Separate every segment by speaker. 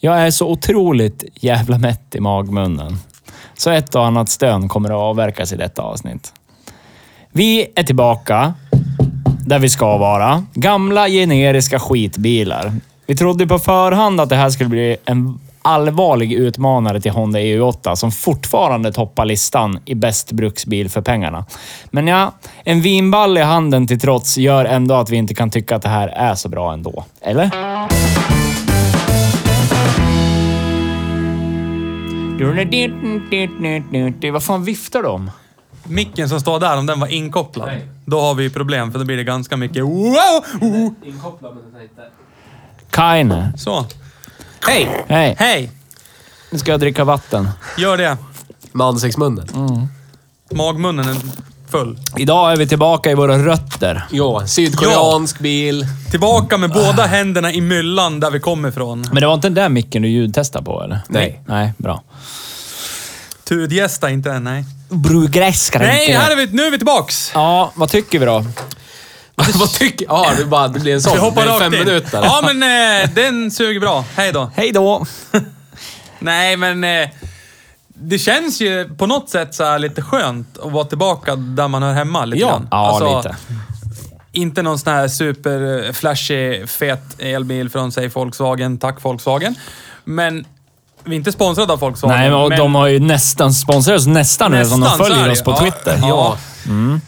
Speaker 1: Jag är så otroligt jävla mätt i magmunnen. Så ett och annat stön kommer att avverkas i detta avsnitt. Vi är tillbaka där vi ska vara. Gamla generiska skitbilar. Vi trodde på förhand att det här skulle bli en allvarlig utmanare till Honda EU8 som fortfarande toppar listan i bäst bruksbil för pengarna. Men ja, en vinball i handen till trots gör ändå att vi inte kan tycka att det här är så bra ändå. Eller? Vad fan viftar de?
Speaker 2: Micken som står där, om den var inkopplad,
Speaker 3: Nej.
Speaker 2: då har vi problem för då blir det ganska mycket wow! oh.
Speaker 3: Inkopplad men den är inte...
Speaker 1: Kaine.
Speaker 2: Så. Hej!
Speaker 1: Hej,
Speaker 2: Hej!
Speaker 1: nu ska jag dricka vatten.
Speaker 2: Gör det.
Speaker 3: Med ansiktsmunnen?
Speaker 2: Magmunnen är full.
Speaker 1: Idag är vi tillbaka i våra rötter.
Speaker 3: Ja, sydkoreansk bil.
Speaker 2: Tillbaka med båda händerna i myllan där vi kommer ifrån.
Speaker 1: Men det var inte den där micken du ljudtestade på eller?
Speaker 3: Nej.
Speaker 1: Nej, bra.
Speaker 2: Tudgästa inte än, nej.
Speaker 1: Brugräskar
Speaker 2: Nej, här är vi, nu är vi tillbaks!
Speaker 1: Ja, vad tycker vi då?
Speaker 3: Vad tycker... Ja, det, bara, det blir en sån.
Speaker 2: Vi hoppar
Speaker 3: det är
Speaker 2: rakt
Speaker 3: fem
Speaker 2: in.
Speaker 3: minuter.
Speaker 2: Ja, men eh, den suger bra. Hej då.
Speaker 1: Hej då!
Speaker 2: Nej, men eh, det känns ju på något sätt så här lite skönt att vara tillbaka där man hör hemma lite
Speaker 3: Ja.
Speaker 2: grann.
Speaker 1: Ja,
Speaker 2: Alltså,
Speaker 1: lite.
Speaker 2: Inte någon sån här super eh, flashy, fet elbil från, säg Volkswagen. Tack Volkswagen. Men vi är inte sponsrade av Volkswagen.
Speaker 1: Nej, men, de har ju nästan sponsrat oss nästan,
Speaker 2: Nästan,
Speaker 1: nästan de
Speaker 2: så är
Speaker 1: följer
Speaker 2: det.
Speaker 1: oss på
Speaker 2: Ja,
Speaker 1: Twitter. Mm.
Speaker 2: Ja.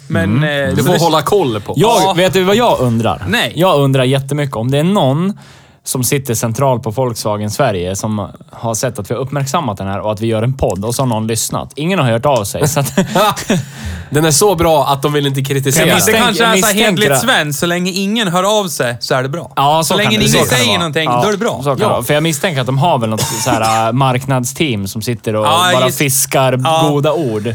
Speaker 2: Men... eh,
Speaker 3: Du
Speaker 2: så
Speaker 3: får
Speaker 2: det-
Speaker 3: hålla koll på.
Speaker 1: Jag,
Speaker 2: Ja.
Speaker 1: Vet du vad jag undrar?
Speaker 2: Nej.
Speaker 1: Jag undrar jättemycket om det är någon som sitter centralt på Volkswagen Sverige som har sett att vi har uppmärksammat den här och att vi gör en podd och så har någon lyssnat. Ingen har hört av sig. Så att,
Speaker 3: Den är så bra att de vill inte kritisera.
Speaker 1: Jag
Speaker 2: Det
Speaker 1: misstänker-
Speaker 2: kanske
Speaker 1: jag
Speaker 2: är så här
Speaker 1: misstänker
Speaker 2: hederligt
Speaker 1: det.
Speaker 2: svenskt, så länge ingen hör av sig så är det bra.
Speaker 1: ja, så
Speaker 2: länge
Speaker 1: kan det,
Speaker 2: ingen
Speaker 1: så kan det
Speaker 2: säger
Speaker 1: vara.
Speaker 2: någonting,
Speaker 1: Ja,
Speaker 2: då är det bra.
Speaker 1: Så kan det vara. För jag misstänker att de har väl något så här äh, marknadsteam som sitter och
Speaker 2: Ja,
Speaker 1: bara
Speaker 2: just-
Speaker 1: fiskar
Speaker 2: Ja.
Speaker 1: goda ord.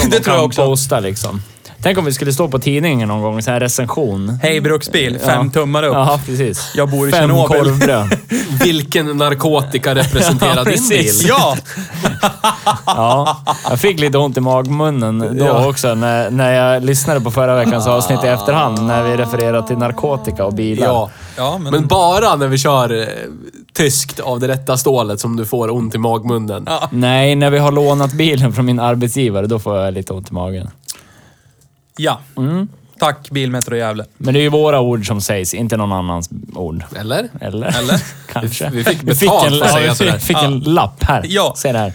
Speaker 1: Som
Speaker 2: Det
Speaker 1: de
Speaker 2: tror
Speaker 1: kan
Speaker 2: jag också.
Speaker 1: Posta, liksom. Tänk om vi skulle stå på tidningen någon gång, så här recension.
Speaker 2: Hej bruksbil, fem
Speaker 1: Ja.
Speaker 2: tummar upp.
Speaker 1: Ja, precis.
Speaker 2: Jag bor i
Speaker 1: Fem
Speaker 2: Tjernobyl.
Speaker 1: korvbröd.
Speaker 3: Vilken narkotika representerar
Speaker 1: Ja,
Speaker 3: din
Speaker 1: precis.
Speaker 3: bil?
Speaker 2: Ja!
Speaker 1: Ja, jag fick lite ont i magmunnen då
Speaker 3: Ja.
Speaker 1: också när, när jag lyssnade på förra veckans avsnitt i efterhand när vi refererade till narkotika och bilar.
Speaker 3: Ja.
Speaker 2: Ja, men-
Speaker 3: men... bara när vi kör eh, tyskt av det rätta stålet som du får ont i magmunnen.
Speaker 2: Ja.
Speaker 1: Nej, när vi har lånat bilen från min arbetsgivare, då får jag lite ont i magen.
Speaker 2: Ja.
Speaker 1: Mm.
Speaker 2: Tack Bilmetro Gävle.
Speaker 1: Men det är ju våra ord som sägs, inte någon annans ord.
Speaker 3: Eller?
Speaker 1: Eller?
Speaker 2: Eller?
Speaker 1: Kanske.
Speaker 3: Vi fick betalt
Speaker 1: en,
Speaker 3: för att säga
Speaker 1: ja, vi
Speaker 3: sådär.
Speaker 1: fick, fick en lapp här.
Speaker 2: Ja.
Speaker 1: Se det här.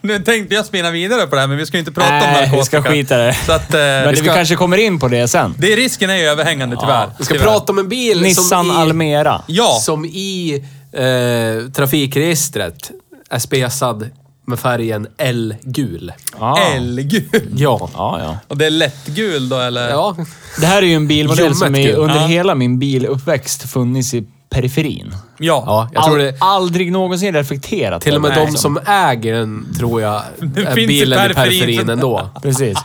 Speaker 2: Nu tänkte jag spinna vidare på det här, men vi ska ju inte prata om
Speaker 1: Nej,
Speaker 2: narkotika.
Speaker 1: vi ska skita i det.
Speaker 2: Så att, eh,
Speaker 1: Men
Speaker 2: vi
Speaker 1: vi
Speaker 2: ska,
Speaker 1: kanske kommer in på det sen.
Speaker 2: det, risken är ju överhängande tyvärr.
Speaker 3: Vi ska
Speaker 2: tyvärr.
Speaker 3: prata om en bil
Speaker 1: Nissan
Speaker 3: som i,
Speaker 1: Almera.
Speaker 2: Ja,
Speaker 3: som i eh, trafikregistret är spesad med färgen L-gul.
Speaker 1: Ja.
Speaker 2: L-gul.
Speaker 3: Ja.
Speaker 1: Ja, ja.
Speaker 2: Och det är lättgul då eller?
Speaker 3: Ja.
Speaker 1: Det här är ju en bilmodell
Speaker 3: Ljummet
Speaker 1: som är
Speaker 3: gul.
Speaker 1: under
Speaker 2: Ja.
Speaker 1: hela min biluppväxt funnits i periferin.
Speaker 2: Ja.
Speaker 3: ja, jag tror
Speaker 1: Al-
Speaker 3: det...
Speaker 1: Aldrig någonsin reflekterat
Speaker 3: Till och med
Speaker 1: över det,
Speaker 3: de
Speaker 1: liksom.
Speaker 3: som äger den tror jag är
Speaker 2: finns i
Speaker 3: bilen i
Speaker 2: periferin.
Speaker 3: periferin ändå.
Speaker 1: Precis.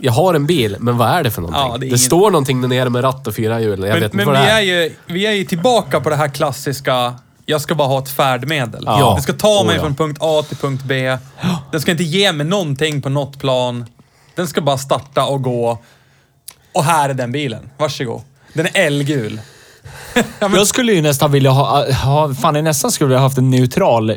Speaker 3: Jag har en bil, men vad är det för någonting?
Speaker 2: Ja, det
Speaker 3: det,
Speaker 2: är ingen-
Speaker 3: står någonting där nere med ratt och fyra hjul. Jag
Speaker 2: Men,
Speaker 3: vet inte
Speaker 2: men
Speaker 3: vad
Speaker 2: vi,
Speaker 3: det
Speaker 2: är
Speaker 3: är.
Speaker 2: ju, vi är ju tillbaka på det här klassiska, jag ska bara ha ett färdmedel.
Speaker 1: Ja.
Speaker 2: Den ska ta mig
Speaker 1: Oh, ja.
Speaker 2: från punkt A till punkt B. Den ska inte ge mig någonting på något plan. Den ska bara starta och gå. Och här är den bilen. Varsågod. Den är L-gul.
Speaker 1: Jag skulle ju nästan vilja ha... ha fan, jag nästan skulle vilja ha haft en neutral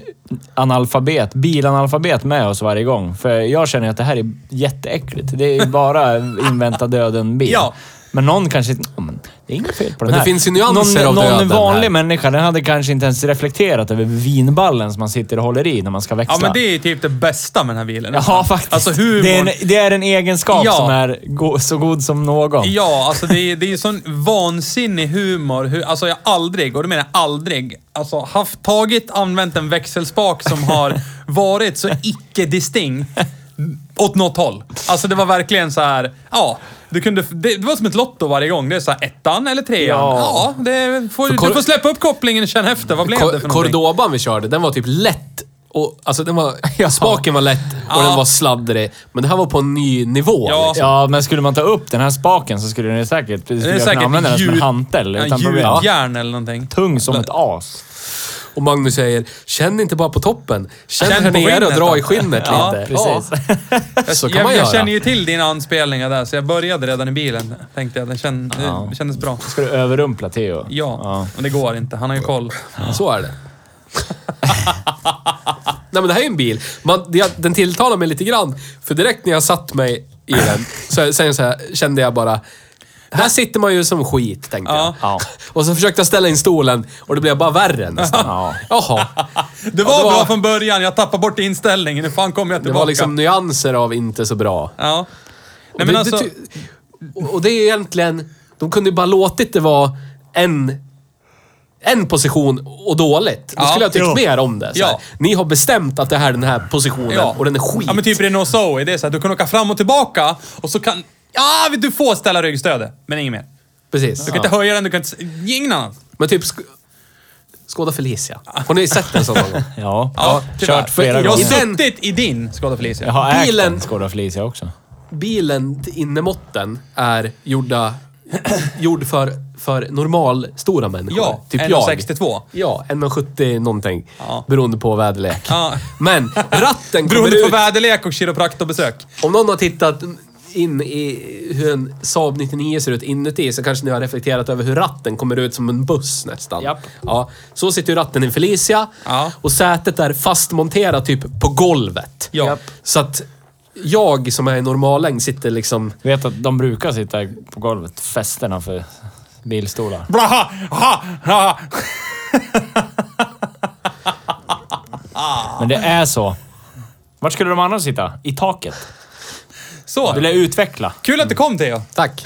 Speaker 1: analfabet, bilanalfabet med oss varje gång. För jag känner att det här är jätteäckligt. Det är ju bara invänta döden-bil.
Speaker 2: Ja.
Speaker 1: Men någon kanske... "Ja, men Det är inget fel på den
Speaker 3: Men det
Speaker 1: här.
Speaker 3: finns ju nyanser
Speaker 1: någon,
Speaker 3: av
Speaker 1: Någon
Speaker 3: döden
Speaker 1: vanlig
Speaker 3: här.
Speaker 1: människa, den hade kanske inte ens reflekterat över vinballen som man sitter och håller i när man ska växla.
Speaker 2: Ja, men det är typ det bästa med den här bilen.
Speaker 1: Ja, faktiskt.
Speaker 2: Alltså humorn.
Speaker 1: det, är en, det är en egenskap
Speaker 2: Ja.
Speaker 1: som är go så god som någon.
Speaker 2: Ja, alltså det är, det är ju sån vansinnig humor. Hu- Alltså jag har aldrig, och då menar jag aldrig, alltså haft, tagit, använt en växelspak som har varit så icke-distinkt åt något håll. Alltså det var verkligen så här, ja. Du kunde, f- det, det var som ett lotto varje gång. Det är så här ettan eller trean. Ja,
Speaker 1: Ja.
Speaker 2: det får,
Speaker 3: För kor-
Speaker 2: du får släppa upp kopplingen och känna efter. Vad blev det för
Speaker 3: Ko-
Speaker 2: någonting?
Speaker 3: Cordoban vi körde, den var typ lätt. Och, alltså den var,
Speaker 1: Ja.
Speaker 3: Spaken var lätt och
Speaker 2: Ja.
Speaker 3: den var sladdrig. Men det här var på en ny nivå.
Speaker 2: Ja.
Speaker 3: liksom.
Speaker 1: Ja, men skulle man ta upp den här spaken så skulle den ju säkert... Skulle
Speaker 2: Det är
Speaker 1: jag kunna använda den som en
Speaker 2: ljud-
Speaker 1: hantel
Speaker 2: ja,
Speaker 1: utan problem. Ja.
Speaker 2: Gjutjärn eller någonting.
Speaker 1: Tung som ett as.
Speaker 3: Och Magnus säger, känn inte bara på toppen. Känn,
Speaker 2: Känn
Speaker 3: här
Speaker 2: på
Speaker 3: nere och
Speaker 2: skinnet
Speaker 3: dra
Speaker 2: då."
Speaker 3: i skinnet
Speaker 2: Ja,
Speaker 3: lite.
Speaker 1: precis.
Speaker 3: Ja. Så kan
Speaker 2: Eh, jag,
Speaker 3: man
Speaker 2: jag
Speaker 3: göra.
Speaker 2: känner ju till dina anspelningar där, så jag började redan i bilen. Tänkte jag. Den känn,
Speaker 1: Ja.
Speaker 2: Det kändes bra.
Speaker 1: Ska du överrumpla Theo?
Speaker 2: Ja, men det går inte. Han har ju koll.
Speaker 3: Så är det. Nej men det här är ju en bil. Man, det- den tilltalar mig lite grann. För direkt när jag satt mig i den så, sen så här, kände jag bara... Här sitter man ju som skit, tänkte
Speaker 2: Ja.
Speaker 3: jag.
Speaker 1: Ja.
Speaker 3: Och så försökte jag ställa in stolen och det blev bara värre nästan.
Speaker 1: Ja.
Speaker 3: Jaha.
Speaker 2: Det var,
Speaker 3: Ja, det var-
Speaker 2: bra från början. Jag tappade bort inställningen. Hur fan kom jag
Speaker 3: Det
Speaker 2: tillbaka?
Speaker 3: var liksom nyanser av inte så bra.
Speaker 2: Ja.
Speaker 3: Och
Speaker 2: Nej, men
Speaker 3: det,
Speaker 2: alltså,
Speaker 3: det ty- och- och det är egentligen... De kunde ju bara låtit det vara en, en position och dåligt. Då
Speaker 2: Ja,
Speaker 3: skulle jag tyckt
Speaker 2: jo.
Speaker 3: mer om det. Så här.
Speaker 2: Ja.
Speaker 3: Ni har bestämt att det här är den här positionen och den är skit.
Speaker 2: Ja, men typ Renault Zoe. Det är så här, du kan åka fram och tillbaka och så kan... Ja, du får ställa ryggstödet, men inget mer.
Speaker 3: Precis.
Speaker 2: Du kan inte höja den, du kan inte... Ingen annan.
Speaker 3: Men typ... Sk- Skåda Felicia. Har ni sett den sån någon gång?
Speaker 1: Ja.
Speaker 2: Ja, tyvärr.
Speaker 1: Kört flera
Speaker 2: Jag har
Speaker 1: gånger.
Speaker 3: Den-
Speaker 2: suttit i din Skoda Felicia.
Speaker 1: Jag har ägt
Speaker 3: Bilen-
Speaker 1: den, Skoda Felicia också.
Speaker 3: Bilen till innermotten är gjorda, gjord för, för normal stora människor.
Speaker 2: Ja,
Speaker 3: typ
Speaker 2: 1,62.
Speaker 3: jag. Ja, 1,70 någonting.
Speaker 2: Ja.
Speaker 3: Beroende på väderlek.
Speaker 2: Ja.
Speaker 3: Men ratten kommer
Speaker 2: Beroende på
Speaker 3: ut...
Speaker 2: väderlek och kiropraktorbesök.
Speaker 3: Om någon har tittat in i hur en Saab 99 ser ut inuti så kanske ni har reflekterat över hur ratten kommer ut som en buss nästan.
Speaker 1: Japp.
Speaker 3: Ja, så sitter ju ratten i en Felicia
Speaker 2: Ja.
Speaker 3: och sätet är fastmonterat typ på golvet.
Speaker 2: Ja. Japp.
Speaker 3: Så att jag som är i normallängd sitter liksom...
Speaker 1: Du vet att de brukar sitta på golvet, fästena för bilstolar.
Speaker 2: Blaha, ha, ha.
Speaker 1: Men det är så. Vart skulle de andra sitta? I taket?
Speaker 2: Så.
Speaker 1: Vill jag utveckla?
Speaker 2: Kul att du kom, Theo.
Speaker 3: Tack.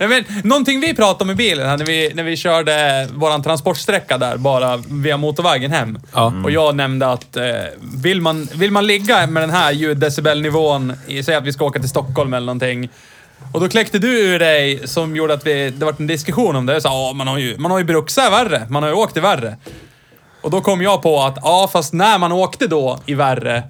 Speaker 2: Jag vet, någonting vi pratade om i bilen här när vi, när vi körde vår transportsträcka där, bara via motorvägen hem.
Speaker 3: Ja. Mm.
Speaker 2: Och jag nämnde att eh, vill, man, vill man ligga med den här ljuddecibelnivån, i- säg att vi ska åka till Stockholm eller någonting. Och då kläckte du ur dig som gjorde att vi, det var en diskussion om det. Jag sa, "Ja, man har ju, man har ju bruxat värre, man har ju åkt i värre. Och då kom jag på att, ja fast när man åkte då i värre,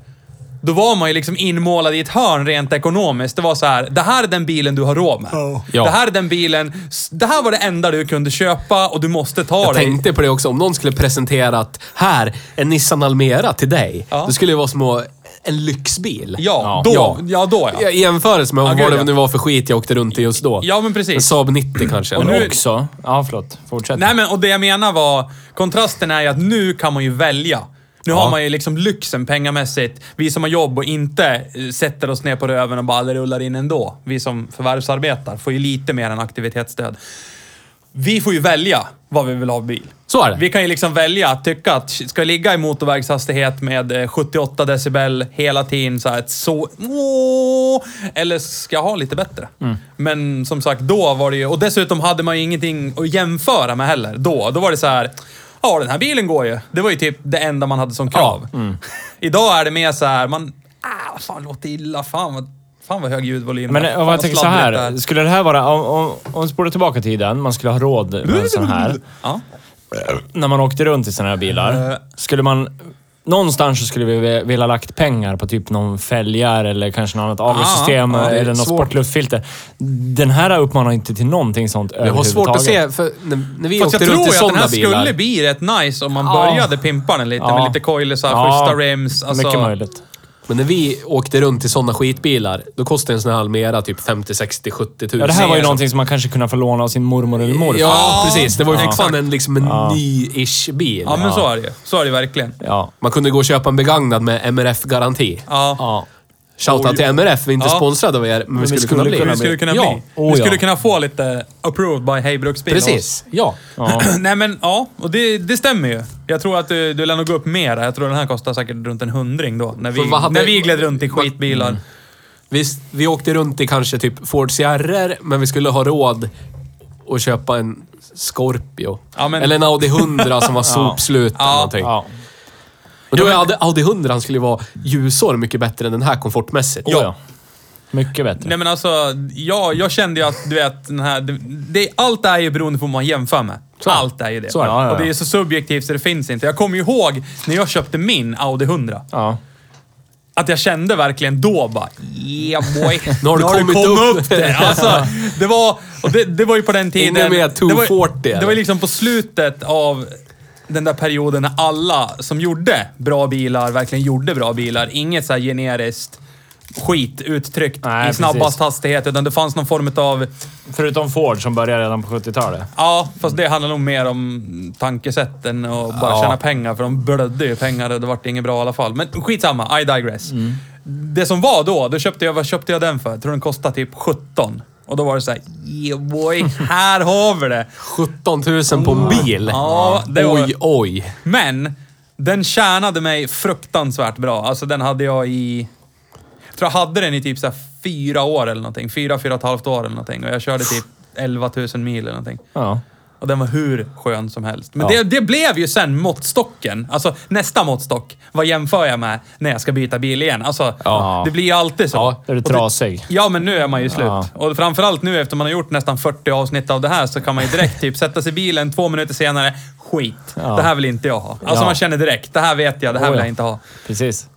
Speaker 2: då var man ju liksom inmålad i ett hörn rent ekonomiskt. Det var så här, det här är den bilen du har råd med.
Speaker 3: Ja.
Speaker 2: Det här är den bilen, s- det här var det enda du kunde köpa och du måste ta
Speaker 3: Jag
Speaker 2: dig.
Speaker 3: tänkte på det också. Om någon skulle presentera att här, en Nissan Almera till dig.
Speaker 2: Ja.
Speaker 3: Det skulle ju vara som att- en lyxbil.
Speaker 2: Ja, då. Ja, då ja.
Speaker 3: I jämförelse med
Speaker 2: Ja,
Speaker 3: vad
Speaker 2: gud,
Speaker 3: det
Speaker 2: ja.
Speaker 3: nu var för skit jag åkte runt i just då.
Speaker 2: Ja, men precis.
Speaker 3: En Saab 90 kanske.
Speaker 2: Och
Speaker 3: eller
Speaker 2: nu-
Speaker 3: något.
Speaker 1: Också. Ja, förlåt. Fortsätt.
Speaker 2: Nej men, och det jag menar var, kontrasten är ju att nu kan man ju välja. Nu har man ju liksom lyxen pengamässigt. Vi som har jobb och inte eh, sätter oss ner på röven och bara "Det rullar in ändå. Vi som förvärvsarbetar får ju lite mer än aktivitetsstöd. Vi får ju välja vad vi vill ha i bil.
Speaker 3: Så är det.
Speaker 2: Vi kan ju liksom välja att tycka att shit, ska jag ligga i motorvägshastighet med eh, 78 decibel hela tiden så här ett så... Åh, eller ska jag ha lite bättre?
Speaker 1: Mm.
Speaker 2: Men som sagt, då var det ju... Och dessutom hade man ju ingenting att jämföra med heller. Då, då var det så här... Ja, den här bilen går ju. Det var ju typ det enda man hade som krav.
Speaker 1: mm.
Speaker 2: Idag är det mer så här, man... Ah, vad fan, låter illa. Fan vad, fan vad hög ljudvolym.
Speaker 1: Men
Speaker 2: det är.
Speaker 1: eh,
Speaker 2: Fan,
Speaker 1: om jag
Speaker 2: vad
Speaker 1: tänker så
Speaker 2: sladdrigt det
Speaker 1: här. Skulle det här vara... Om, om, om vi spolar tillbaka tiden, man skulle ha råd med en sån här.
Speaker 2: Ja.
Speaker 1: När man åkte runt i såna här
Speaker 2: Eh.
Speaker 1: bilar. Skulle man... Någonstans så skulle vi ve- vilja lagt pengar på typ någon fälgare eller kanske något annat avgassystem
Speaker 2: Ah, ja, det är
Speaker 1: eller något
Speaker 3: svårt.
Speaker 1: sportluftfilter. Den här uppmanar inte till någonting sånt
Speaker 3: Jag har
Speaker 1: överhuvudtaget.
Speaker 3: svårt att se, för när, när vi
Speaker 2: Fast jag
Speaker 3: åkte
Speaker 2: tror
Speaker 3: runt i
Speaker 2: ju att den
Speaker 3: sådana
Speaker 2: här
Speaker 3: bilar.
Speaker 2: skulle bli rätt nice om man
Speaker 1: Ja.
Speaker 2: började pimpa den lite med lite coilisar, schyssta rims. Alltså,
Speaker 1: Mycket möjligt.
Speaker 3: Men när vi åkte runt i sådana skitbilar, då kostade en sån här Almera typ 50, 60, 70 tusen.
Speaker 1: Ja, det här var ju någonting som man kanske kunde få låna av sin mormor eller morfar.
Speaker 3: Ja, precis. Det var ju
Speaker 2: Ja.
Speaker 3: fortfarande en, liksom en ny-ish bil.
Speaker 2: Ja, men så är det ju. Så är det verkligen.
Speaker 1: Ja.
Speaker 3: Man kunde gå och köpa en begagnad med MRF-garanti.
Speaker 2: Ja.
Speaker 1: ja.
Speaker 3: Shoutout till MRF, vi är inte
Speaker 2: Ja.
Speaker 3: sponsrade av er, men vi skulle, kunna bli.
Speaker 2: Vi skulle kunna bli.
Speaker 3: Ja.
Speaker 1: Oh,
Speaker 2: vi
Speaker 1: ja.
Speaker 2: skulle kunna få lite approved by Hey Bruksbil av oss.
Speaker 3: Precis, ja.
Speaker 1: Ja.
Speaker 2: Nej men ja, och det, det stämmer ju. Jag tror att du, du lär nog gå upp mera. Jag tror den här kostar säkert runt en hundring då. När vi,
Speaker 3: För vad hade-
Speaker 2: när vi gled runt i skitbilar.
Speaker 3: Vi, vi åkte runt i kanske typ Ford Sierror, men vi skulle ha råd att köpa en Scorpio.
Speaker 2: Ja, men-
Speaker 3: Eller en Audi 100 som var sopslut eller
Speaker 2: Ja.
Speaker 3: någonting.
Speaker 1: Ja.
Speaker 3: Men då är Audi, Audi 100 skulle ju vara ljusår mycket bättre än den här komfortmässigt.
Speaker 1: Oh, ja. Mycket bättre.
Speaker 2: Nej men alltså, jag, jag kände ju att du vet, den här, det, det, allt är ju beroende på vad man jämför med.
Speaker 1: Så.
Speaker 2: Allt är ju det.
Speaker 1: Så är det. Ja, ja, ja.
Speaker 2: Och det är så subjektivt så det finns inte. Jag kommer ju ihåg när jag köpte min Audi 100.
Speaker 1: Ja.
Speaker 2: Att jag kände verkligen då bara, yeah boy.
Speaker 3: Nu har du kommit upp
Speaker 2: det. Alltså, det var, och det, det var ju på den tiden.
Speaker 3: Inne med 240,
Speaker 2: Det var, ju- det var ju liksom på slutet av den där perioden när alla som gjorde bra bilar verkligen gjorde bra bilar. Inget så här generiskt skit uttryckt
Speaker 1: Nej,
Speaker 2: i snabbast
Speaker 1: precis.
Speaker 2: hastighet, utan det fanns någon form av...
Speaker 1: Förutom Ford som började redan på 70-talet.
Speaker 2: Ja, fast det handlar nog mer om tankesätten och bara
Speaker 1: Ja.
Speaker 2: tjäna pengar, för de blödde ju pengar och det vart inget bra i alla fall. Men skitsamma, I digress. Det som var då, då köpte jag, vad köpte jag den för? Jag tror den kostade typ 17. Och då var det såhär, yeah boy, här har vi det!
Speaker 3: 17 000 på en bil.
Speaker 2: Ja, det var-
Speaker 3: Oj, oj.
Speaker 2: Men den tjänade mig fruktansvärt bra. Alltså den hade jag i... Jag tror jag hade den i typ så här fyra år eller någonting. Fyra, fyra och ett halvt år eller någonting. Och jag körde typ 11 000 mil eller någonting.
Speaker 1: Ja.
Speaker 2: Och den var hur skön som helst. Men
Speaker 1: Ja.
Speaker 2: det, det blev ju sen måttstocken. Alltså nästa måttstock. Vad jämför jag med när jag ska byta bil igen? Alltså,
Speaker 1: Ja.
Speaker 2: det blir ju alltid så.
Speaker 3: Ja,
Speaker 1: Är du
Speaker 2: Och det-
Speaker 1: trasig?
Speaker 2: Ja, men nu är man ju slut.
Speaker 1: Ja.
Speaker 2: Och framförallt nu efter man har gjort nästan 40 avsnitt av det här så kan man ju direkt typ sätta sig i bilen två minuter senare. Skit!
Speaker 1: Ja.
Speaker 2: Det här vill inte jag ha. Alltså
Speaker 1: Ja.
Speaker 2: man känner direkt, det här vet jag, det här
Speaker 1: Oh,
Speaker 2: vill
Speaker 1: ja.
Speaker 2: jag inte ha.
Speaker 1: Precis.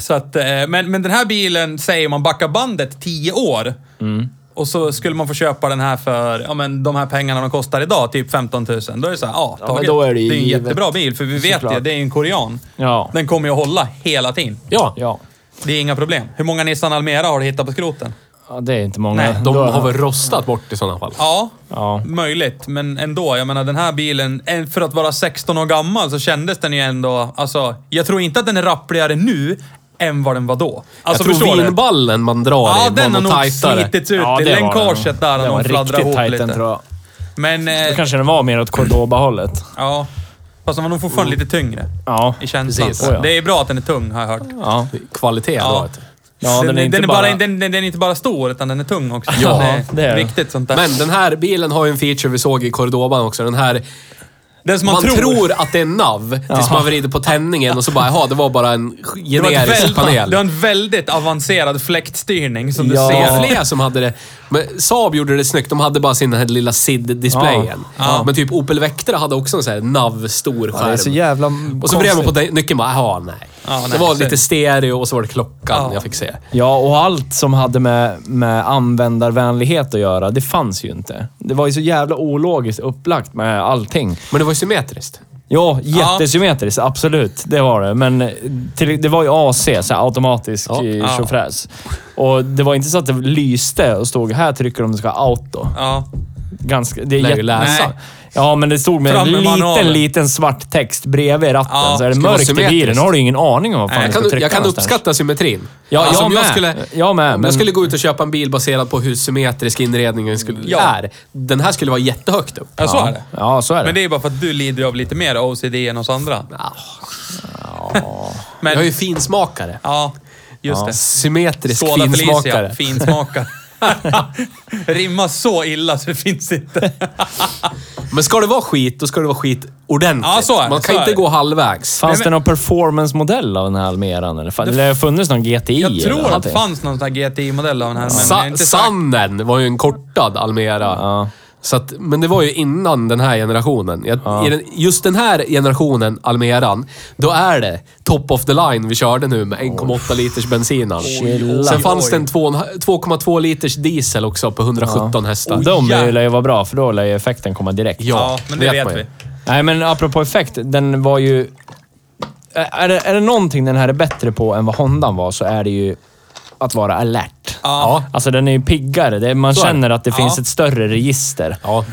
Speaker 2: Så att, eh, men, men den här bilen, säger man, backar bandet 10 år.
Speaker 1: Mm.
Speaker 2: Och så skulle man få köpa den här för ja, men de här pengarna de kostar idag, typ 15 000. Då är det så här, ja,
Speaker 1: Ja,
Speaker 2: taget.
Speaker 1: men då är det
Speaker 2: det,
Speaker 1: ju
Speaker 2: är en
Speaker 1: givet.
Speaker 2: jättebra bil, för vi vet
Speaker 1: Såklart.
Speaker 2: ju, det är ju en korean.
Speaker 1: Ja.
Speaker 2: Den kommer ju att hålla hela tiden.
Speaker 3: Ja.
Speaker 1: Ja.
Speaker 2: Det är inga problem. Hur många Nissan Almera har du hittat på skroten?
Speaker 1: ja det är inte många.
Speaker 2: Nej,
Speaker 3: De
Speaker 1: Då-
Speaker 3: har väl rostat bort i sådana fall.
Speaker 2: Ja,
Speaker 1: Ja.
Speaker 2: möjligt. Men ändå, jag menar den här bilen, eh, för att vara 16 år gammal så kändes den ju ändå... Alltså, jag tror inte att den är rappligare nu än vad den var då. Alltså,
Speaker 3: jag
Speaker 2: förstår
Speaker 3: tror
Speaker 2: du?
Speaker 3: vinballen man drar
Speaker 2: Ja,
Speaker 3: i
Speaker 2: den har
Speaker 3: var nog
Speaker 2: nog
Speaker 3: tajtare.
Speaker 2: slitits ut.
Speaker 1: Ja,
Speaker 2: i
Speaker 1: det var den.
Speaker 2: Länkaget där har
Speaker 1: Den var
Speaker 2: nog fladdrat
Speaker 1: riktigt
Speaker 2: ihop
Speaker 1: tajt den
Speaker 2: lite.
Speaker 1: tror jag.
Speaker 2: Men,
Speaker 1: Då
Speaker 2: eh,
Speaker 1: kanske den var mer åt Cordoba-hållet.
Speaker 2: ja. Fast den var nog fortfarande lite tyngre
Speaker 1: Ja.
Speaker 2: i känslan.
Speaker 3: Precis.
Speaker 1: Oh, ja.
Speaker 2: Det är bra att den är tung, har jag hört.
Speaker 1: Ja.
Speaker 3: Kvalitet
Speaker 2: Ja.
Speaker 3: då. vet du.
Speaker 1: Ja,
Speaker 2: den,
Speaker 1: den är inte
Speaker 2: den, är bara,
Speaker 1: bara-
Speaker 2: den, den, den är inte bara stor, utan den är tung också.
Speaker 1: Ja,
Speaker 2: Den är
Speaker 1: det är den.
Speaker 2: Riktigt sånt där.
Speaker 3: Men den här bilen har ju en feature vi såg i Cordoban också. Den här,
Speaker 2: den som
Speaker 3: man,
Speaker 2: man,
Speaker 3: tror. att det är en nav tills man vrider på tändningen och så bara, jaha, det var bara en
Speaker 2: Det var ett
Speaker 3: generisk
Speaker 2: väl-
Speaker 3: panel.
Speaker 2: Du har en väldigt avancerad fläktstyrning som
Speaker 1: Ja.
Speaker 2: du
Speaker 3: Det var
Speaker 2: ser.
Speaker 3: fler som hade det. Men Saab gjorde det snyggt. De hade bara sin här lilla SID-displayen.
Speaker 2: Ja. Ja.
Speaker 3: Men typ Opel Vectra hade också en sån här nav-stor skärm.
Speaker 1: Det är så jävla
Speaker 3: och så vred man på den- nyckeln bara, jaha, nej.
Speaker 2: Ja,
Speaker 3: Det
Speaker 2: nej,
Speaker 3: var
Speaker 2: så-
Speaker 3: lite stereo och så var det klockan
Speaker 2: Ja.
Speaker 3: jag fick se.
Speaker 1: Ja, och allt som hade med, med användarvänlighet att göra, det fanns ju inte. Det var ju så jävla ologiskt upplagt med allting.
Speaker 3: Men det var ju symmetriskt.
Speaker 1: Ja, jättesymmetriskt. Absolut, det var det. Men eh, till, det var ju AC, så här automatisk
Speaker 3: Ja.
Speaker 1: eh,
Speaker 2: Ja.
Speaker 1: tjofräs. Och det var inte så att det lyste och stod här trycker de ska ha auto.
Speaker 2: Ja.
Speaker 1: Ganska, det är
Speaker 3: Lär ju
Speaker 1: jätte-
Speaker 3: läsa.
Speaker 2: Nej.
Speaker 1: Ja, men det stod med en
Speaker 2: Fram med
Speaker 1: liten,
Speaker 2: manualen.
Speaker 1: liten svart text bredvid ratten.
Speaker 2: Ja,
Speaker 1: så är det
Speaker 3: ska vara
Speaker 1: mörkt i bilen.
Speaker 3: symmetriskt.
Speaker 1: Då har du ingen aning om vad fan
Speaker 2: Nej,
Speaker 1: du
Speaker 3: Jag
Speaker 1: ska
Speaker 3: kan,
Speaker 1: trycka
Speaker 3: jag kan
Speaker 1: någonstans.
Speaker 3: uppskatta symmetrin. Alltså,
Speaker 1: Ja, jag
Speaker 3: om
Speaker 1: med.
Speaker 3: Jag, skulle,
Speaker 1: Jag med,
Speaker 3: om
Speaker 1: men-
Speaker 3: jag skulle gå ut och köpa en bil baserad på hur symmetrisk inredningen skulle,
Speaker 2: Ja.
Speaker 3: är. Den här skulle vara jättehögt upp.
Speaker 2: ja, så är det.
Speaker 1: Ja, så är det.
Speaker 2: Men det är bara för att du lider ju av lite mer OCD än oss andra.
Speaker 3: Ja.
Speaker 2: Men,
Speaker 3: Jag är ju finsmakare.
Speaker 2: ja, just det.
Speaker 3: Symmetrisk
Speaker 2: Skåda Felicia,
Speaker 3: finsmakare.
Speaker 2: finsmakare. Rimmar så illa så det finns inte.
Speaker 3: Men ska det vara skit, då ska det vara skit ordentligt.
Speaker 2: Ja, så är det,
Speaker 3: Man kan
Speaker 2: så
Speaker 3: inte
Speaker 2: är det.
Speaker 3: gå halvvägs.
Speaker 1: Fanns
Speaker 2: Nej,
Speaker 1: det någon performance-modell av den här Almeran? Eller fan- eller har det funnits någon GTI?
Speaker 2: Jag
Speaker 1: eller
Speaker 2: tror att det
Speaker 1: någonting?
Speaker 2: fanns någon sån här GTI-modell av den här, men jag är
Speaker 3: Sa
Speaker 2: inte
Speaker 3: Sannen var ju en kortad Almera. Så att, men det var ju innan den här generationen. Jag, i den, just den här generationen, Almeran, då är det top of the line vi körde nu med 1,8 liters bensinan.
Speaker 1: Chilla.
Speaker 3: Sen
Speaker 2: Oj,
Speaker 3: fanns
Speaker 2: oj.
Speaker 3: det en 2,2 liters diesel också på 117 hästar.
Speaker 1: De
Speaker 2: Oj,
Speaker 1: lär
Speaker 2: jävlar.
Speaker 1: ju vara bra, för då lär ju effekten komma direkt.
Speaker 3: Ja,
Speaker 2: Ja, men det
Speaker 3: vet
Speaker 2: vet,
Speaker 3: man ju.
Speaker 2: vi.
Speaker 1: Nej, men apropå effekt. Den var ju... Är är det, är det någonting den här är bättre på än vad Hondan var så är det ju att vara alert.
Speaker 3: Ja.
Speaker 1: Alltså den är ju piggare. Det, man
Speaker 3: Så är det.
Speaker 1: känner att det finns
Speaker 2: Ja.
Speaker 1: ett större register.
Speaker 3: ja.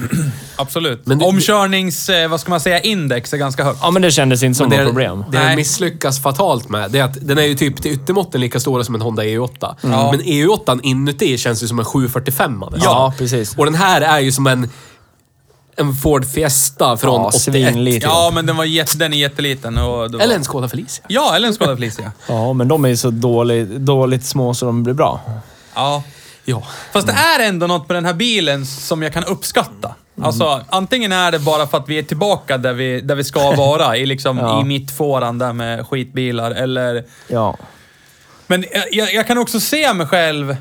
Speaker 2: Absolut.
Speaker 3: Men det-
Speaker 2: Omkörnings... Eh, vad ska man säga? Index är ganska högt.
Speaker 1: Ja, men det kändes inte som
Speaker 3: Det,
Speaker 1: något
Speaker 3: den-
Speaker 1: problem.
Speaker 3: det
Speaker 2: Nej.
Speaker 3: den misslyckas fatalt med, det är att den är ju typ till yttermåtten lika stora som en Honda EU8.
Speaker 2: Mm. Ja.
Speaker 3: Men EU8 inuti känns ju som en 745 nästan.
Speaker 1: Ja, precis.
Speaker 3: Och den här är ju som en, en Ford Fiesta från
Speaker 1: Ja,
Speaker 3: 81.
Speaker 1: svinliten.
Speaker 2: Ja, men den, var jätte, den är jätteliten. Och då...
Speaker 3: Eller en Skoda Felicia.
Speaker 2: Ja, eller en Skoda Felicia.
Speaker 1: Ja, men de är ju så dåligt, dåligt små så de blir bra.
Speaker 2: Ja.
Speaker 3: Ja.
Speaker 2: Fast det
Speaker 3: Mm.
Speaker 2: är ändå något med den här bilen som jag kan uppskatta.
Speaker 3: Mm.
Speaker 2: Alltså, antingen är det bara för att vi är tillbaka där vi, där vi ska vara, i, liksom,
Speaker 1: Ja.
Speaker 2: i mittfåran där med skitbilar, eller...
Speaker 1: Ja.
Speaker 2: Men jag, jag, jag kan också se mig själv...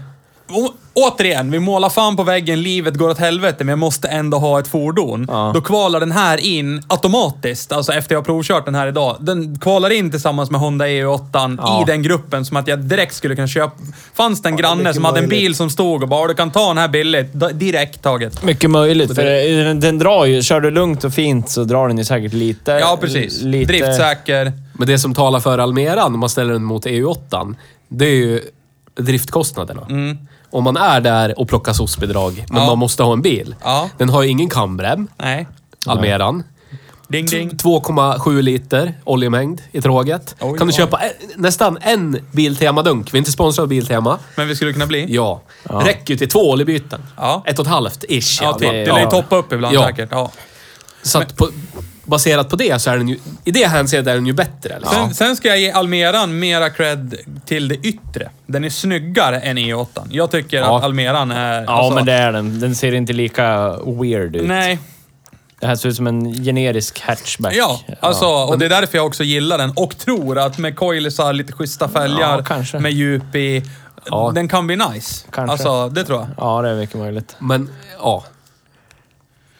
Speaker 2: Å, återigen, vi målar fan på väggen, livet går åt helvete, men jag måste ändå ha ett fordon.
Speaker 1: Ja.
Speaker 2: Då kvalar den här in automatiskt, alltså efter jag har provkört den här idag. Den kvalar in tillsammans med Honda EU8
Speaker 1: Ja.
Speaker 2: i den gruppen som att jag direkt skulle kunna köpa... Fanns det en
Speaker 1: är
Speaker 2: granne
Speaker 1: mycket
Speaker 2: som hade en
Speaker 1: möjligt.
Speaker 2: bil som stod och bara “du kan ta den här billigt”, d- direkt taget.
Speaker 1: Mycket möjligt, för den, den drar ju... Kör du lugnt och fint så drar den ju säkert lite...
Speaker 2: Ja, precis.
Speaker 1: Eh, Lite,
Speaker 2: Driftsäker.
Speaker 3: Men det som talar för Almeran, om man ställer den mot EU8, det är ju driftkostnaderna. Om man är där och plockar SOS-bidrag, men
Speaker 2: Mm. Ja.
Speaker 3: man måste ha en bil.
Speaker 2: Ja.
Speaker 3: Den har ju ingen kambrem,
Speaker 2: Nej.
Speaker 3: Almeran.
Speaker 2: Ding,
Speaker 3: T-
Speaker 2: ding.
Speaker 3: 2,7 liter oljemängd i tråget.
Speaker 2: Oj,
Speaker 3: kan du
Speaker 2: ja.
Speaker 3: köpa en, nästan en Biltema-dunk. Vi är inte sponsrade av Biltema.
Speaker 2: Men vi skulle kunna bli.
Speaker 3: Ja. Räcker ju till två oljebyten.
Speaker 2: Ja.
Speaker 3: Ett och ett halvt, ish. i
Speaker 2: Ja,
Speaker 3: alla
Speaker 2: typ.
Speaker 3: fall.
Speaker 2: Det
Speaker 1: ja.
Speaker 2: lär ju toppa upp ibland
Speaker 3: Ja.
Speaker 2: säkert. Ja.
Speaker 3: Så att på, baserat på det så är den ju... I det hänseendet är den ju bättre. Liksom.
Speaker 2: Sen, sen ska jag ge Almeran mera cred till det yttre. Den är snyggare än E8. Jag tycker
Speaker 3: Ja.
Speaker 2: att Almeran är...
Speaker 1: Ja,
Speaker 2: alltså,
Speaker 1: men det är den. Den ser inte lika weird ut.
Speaker 2: Nej.
Speaker 1: Det här ser ut som en generisk hatchback.
Speaker 2: Ja, alltså, och det är därför jag också gillar den. Och tror att med coilisar, lite schyssta
Speaker 1: Ja,
Speaker 2: fälgar,
Speaker 1: kanske.
Speaker 2: med djup i...
Speaker 3: Ja.
Speaker 2: Den kan bli nice.
Speaker 1: Kanske.
Speaker 2: Alltså, det tror jag.
Speaker 1: Ja, det är mycket möjligt.
Speaker 3: Men ja.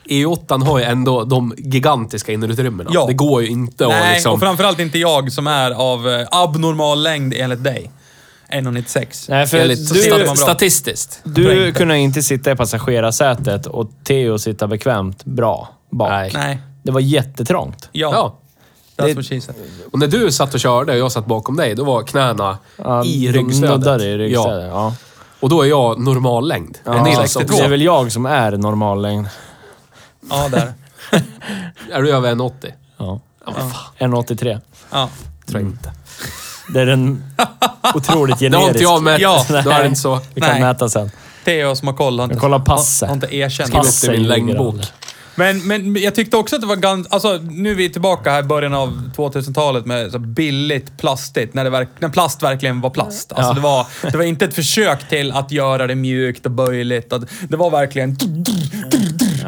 Speaker 3: E8 har ju ändå de gigantiska innerutrymmena.
Speaker 2: Ja.
Speaker 3: Det går ju inte att
Speaker 2: Nej,
Speaker 3: liksom...
Speaker 2: och framförallt inte jag som är av eh, abnormal längd enligt dig. 1,96.
Speaker 1: Nej, för
Speaker 3: enligt
Speaker 2: sitter
Speaker 1: du,
Speaker 2: man bra.
Speaker 3: statistiskt.
Speaker 1: du kunde inte sitta i passagerarsätet och Theo sitta bekvämt bra bak.
Speaker 3: Nej.
Speaker 2: Nej.
Speaker 1: Det var jättetrångt.
Speaker 2: Ja.
Speaker 3: Ja.
Speaker 2: That's
Speaker 1: det-
Speaker 2: what she said.
Speaker 3: Och när du satt och körde och jag satt bakom dig, då var knäna
Speaker 1: Ja,
Speaker 3: i
Speaker 1: de nuddade
Speaker 3: ryggstödet.
Speaker 1: i ryggstödet.
Speaker 3: Ja.
Speaker 1: Ja.
Speaker 3: Och då är jag normal längd. liksom
Speaker 1: Ja.
Speaker 3: En
Speaker 1: så
Speaker 3: del som-
Speaker 1: det är väl jag som är normallängd.
Speaker 2: Ja, där.
Speaker 3: Är du över 1,80?
Speaker 1: Ja.
Speaker 3: Ja, men fan.
Speaker 1: 1,83.
Speaker 2: Ja.
Speaker 3: Tror jag inte.
Speaker 1: Det är en otroligt generisk.
Speaker 3: Det har inte jag mätt.
Speaker 2: Ja,
Speaker 3: då är det inte så.
Speaker 1: Vi kan
Speaker 2: Nej.
Speaker 1: mäta sen.
Speaker 2: Theo som har koll har inte,
Speaker 1: Jag kollar
Speaker 2: har,
Speaker 1: passet.
Speaker 2: har inte erkänt.
Speaker 3: Skriv upp
Speaker 1: Passa
Speaker 3: det i min
Speaker 1: i
Speaker 3: längdbok.
Speaker 1: ryggraden.
Speaker 2: Men, men jag tyckte också att det var ganska... Alltså, nu är vi tillbaka här i början av 2000-talet med så billigt, plastigt, när, det verk, när plast verkligen var plast. Alltså,
Speaker 1: Ja.
Speaker 2: det, var, det var inte ett försök till att göra det mjukt och böjligt. Att, det var verkligen...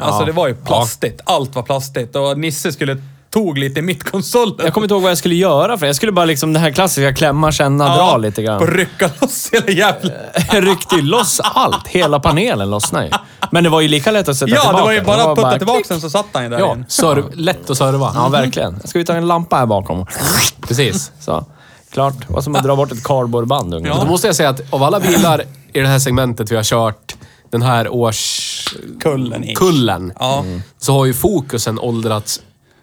Speaker 2: Alltså, det var ju plastigt. Allt var plastigt. Och Nisse skulle tog lite i mittkonsolen.
Speaker 1: Jag kommer inte ihåg vad jag skulle göra för Jag skulle bara liksom det här klassiska klämma, känna, dra lite
Speaker 2: Och
Speaker 1: grann.
Speaker 2: rycka loss hela jävla...
Speaker 1: Jag ryckte ju loss allt. Hela panelen lossnade ju. Men det var ju lika lätt att sätta
Speaker 2: Ja,
Speaker 1: tillbaka.
Speaker 2: det var ju bara att putta
Speaker 1: klick.
Speaker 2: tillbaka den så satt han ju där
Speaker 3: Ja,
Speaker 2: igen.
Speaker 3: serv, lätt att serva.
Speaker 1: Ja, verkligen. Ska vi ta en lampa här bakom?
Speaker 3: Precis.
Speaker 1: Så. Klart. Det var som att dra bort ett cardboardband ungefär.
Speaker 2: Ja.
Speaker 3: Då måste jag säga att av alla bilar i det här segmentet vi har kört den här årskullen,
Speaker 2: Kullen i. Ja.
Speaker 3: så har ju fokusen åldrats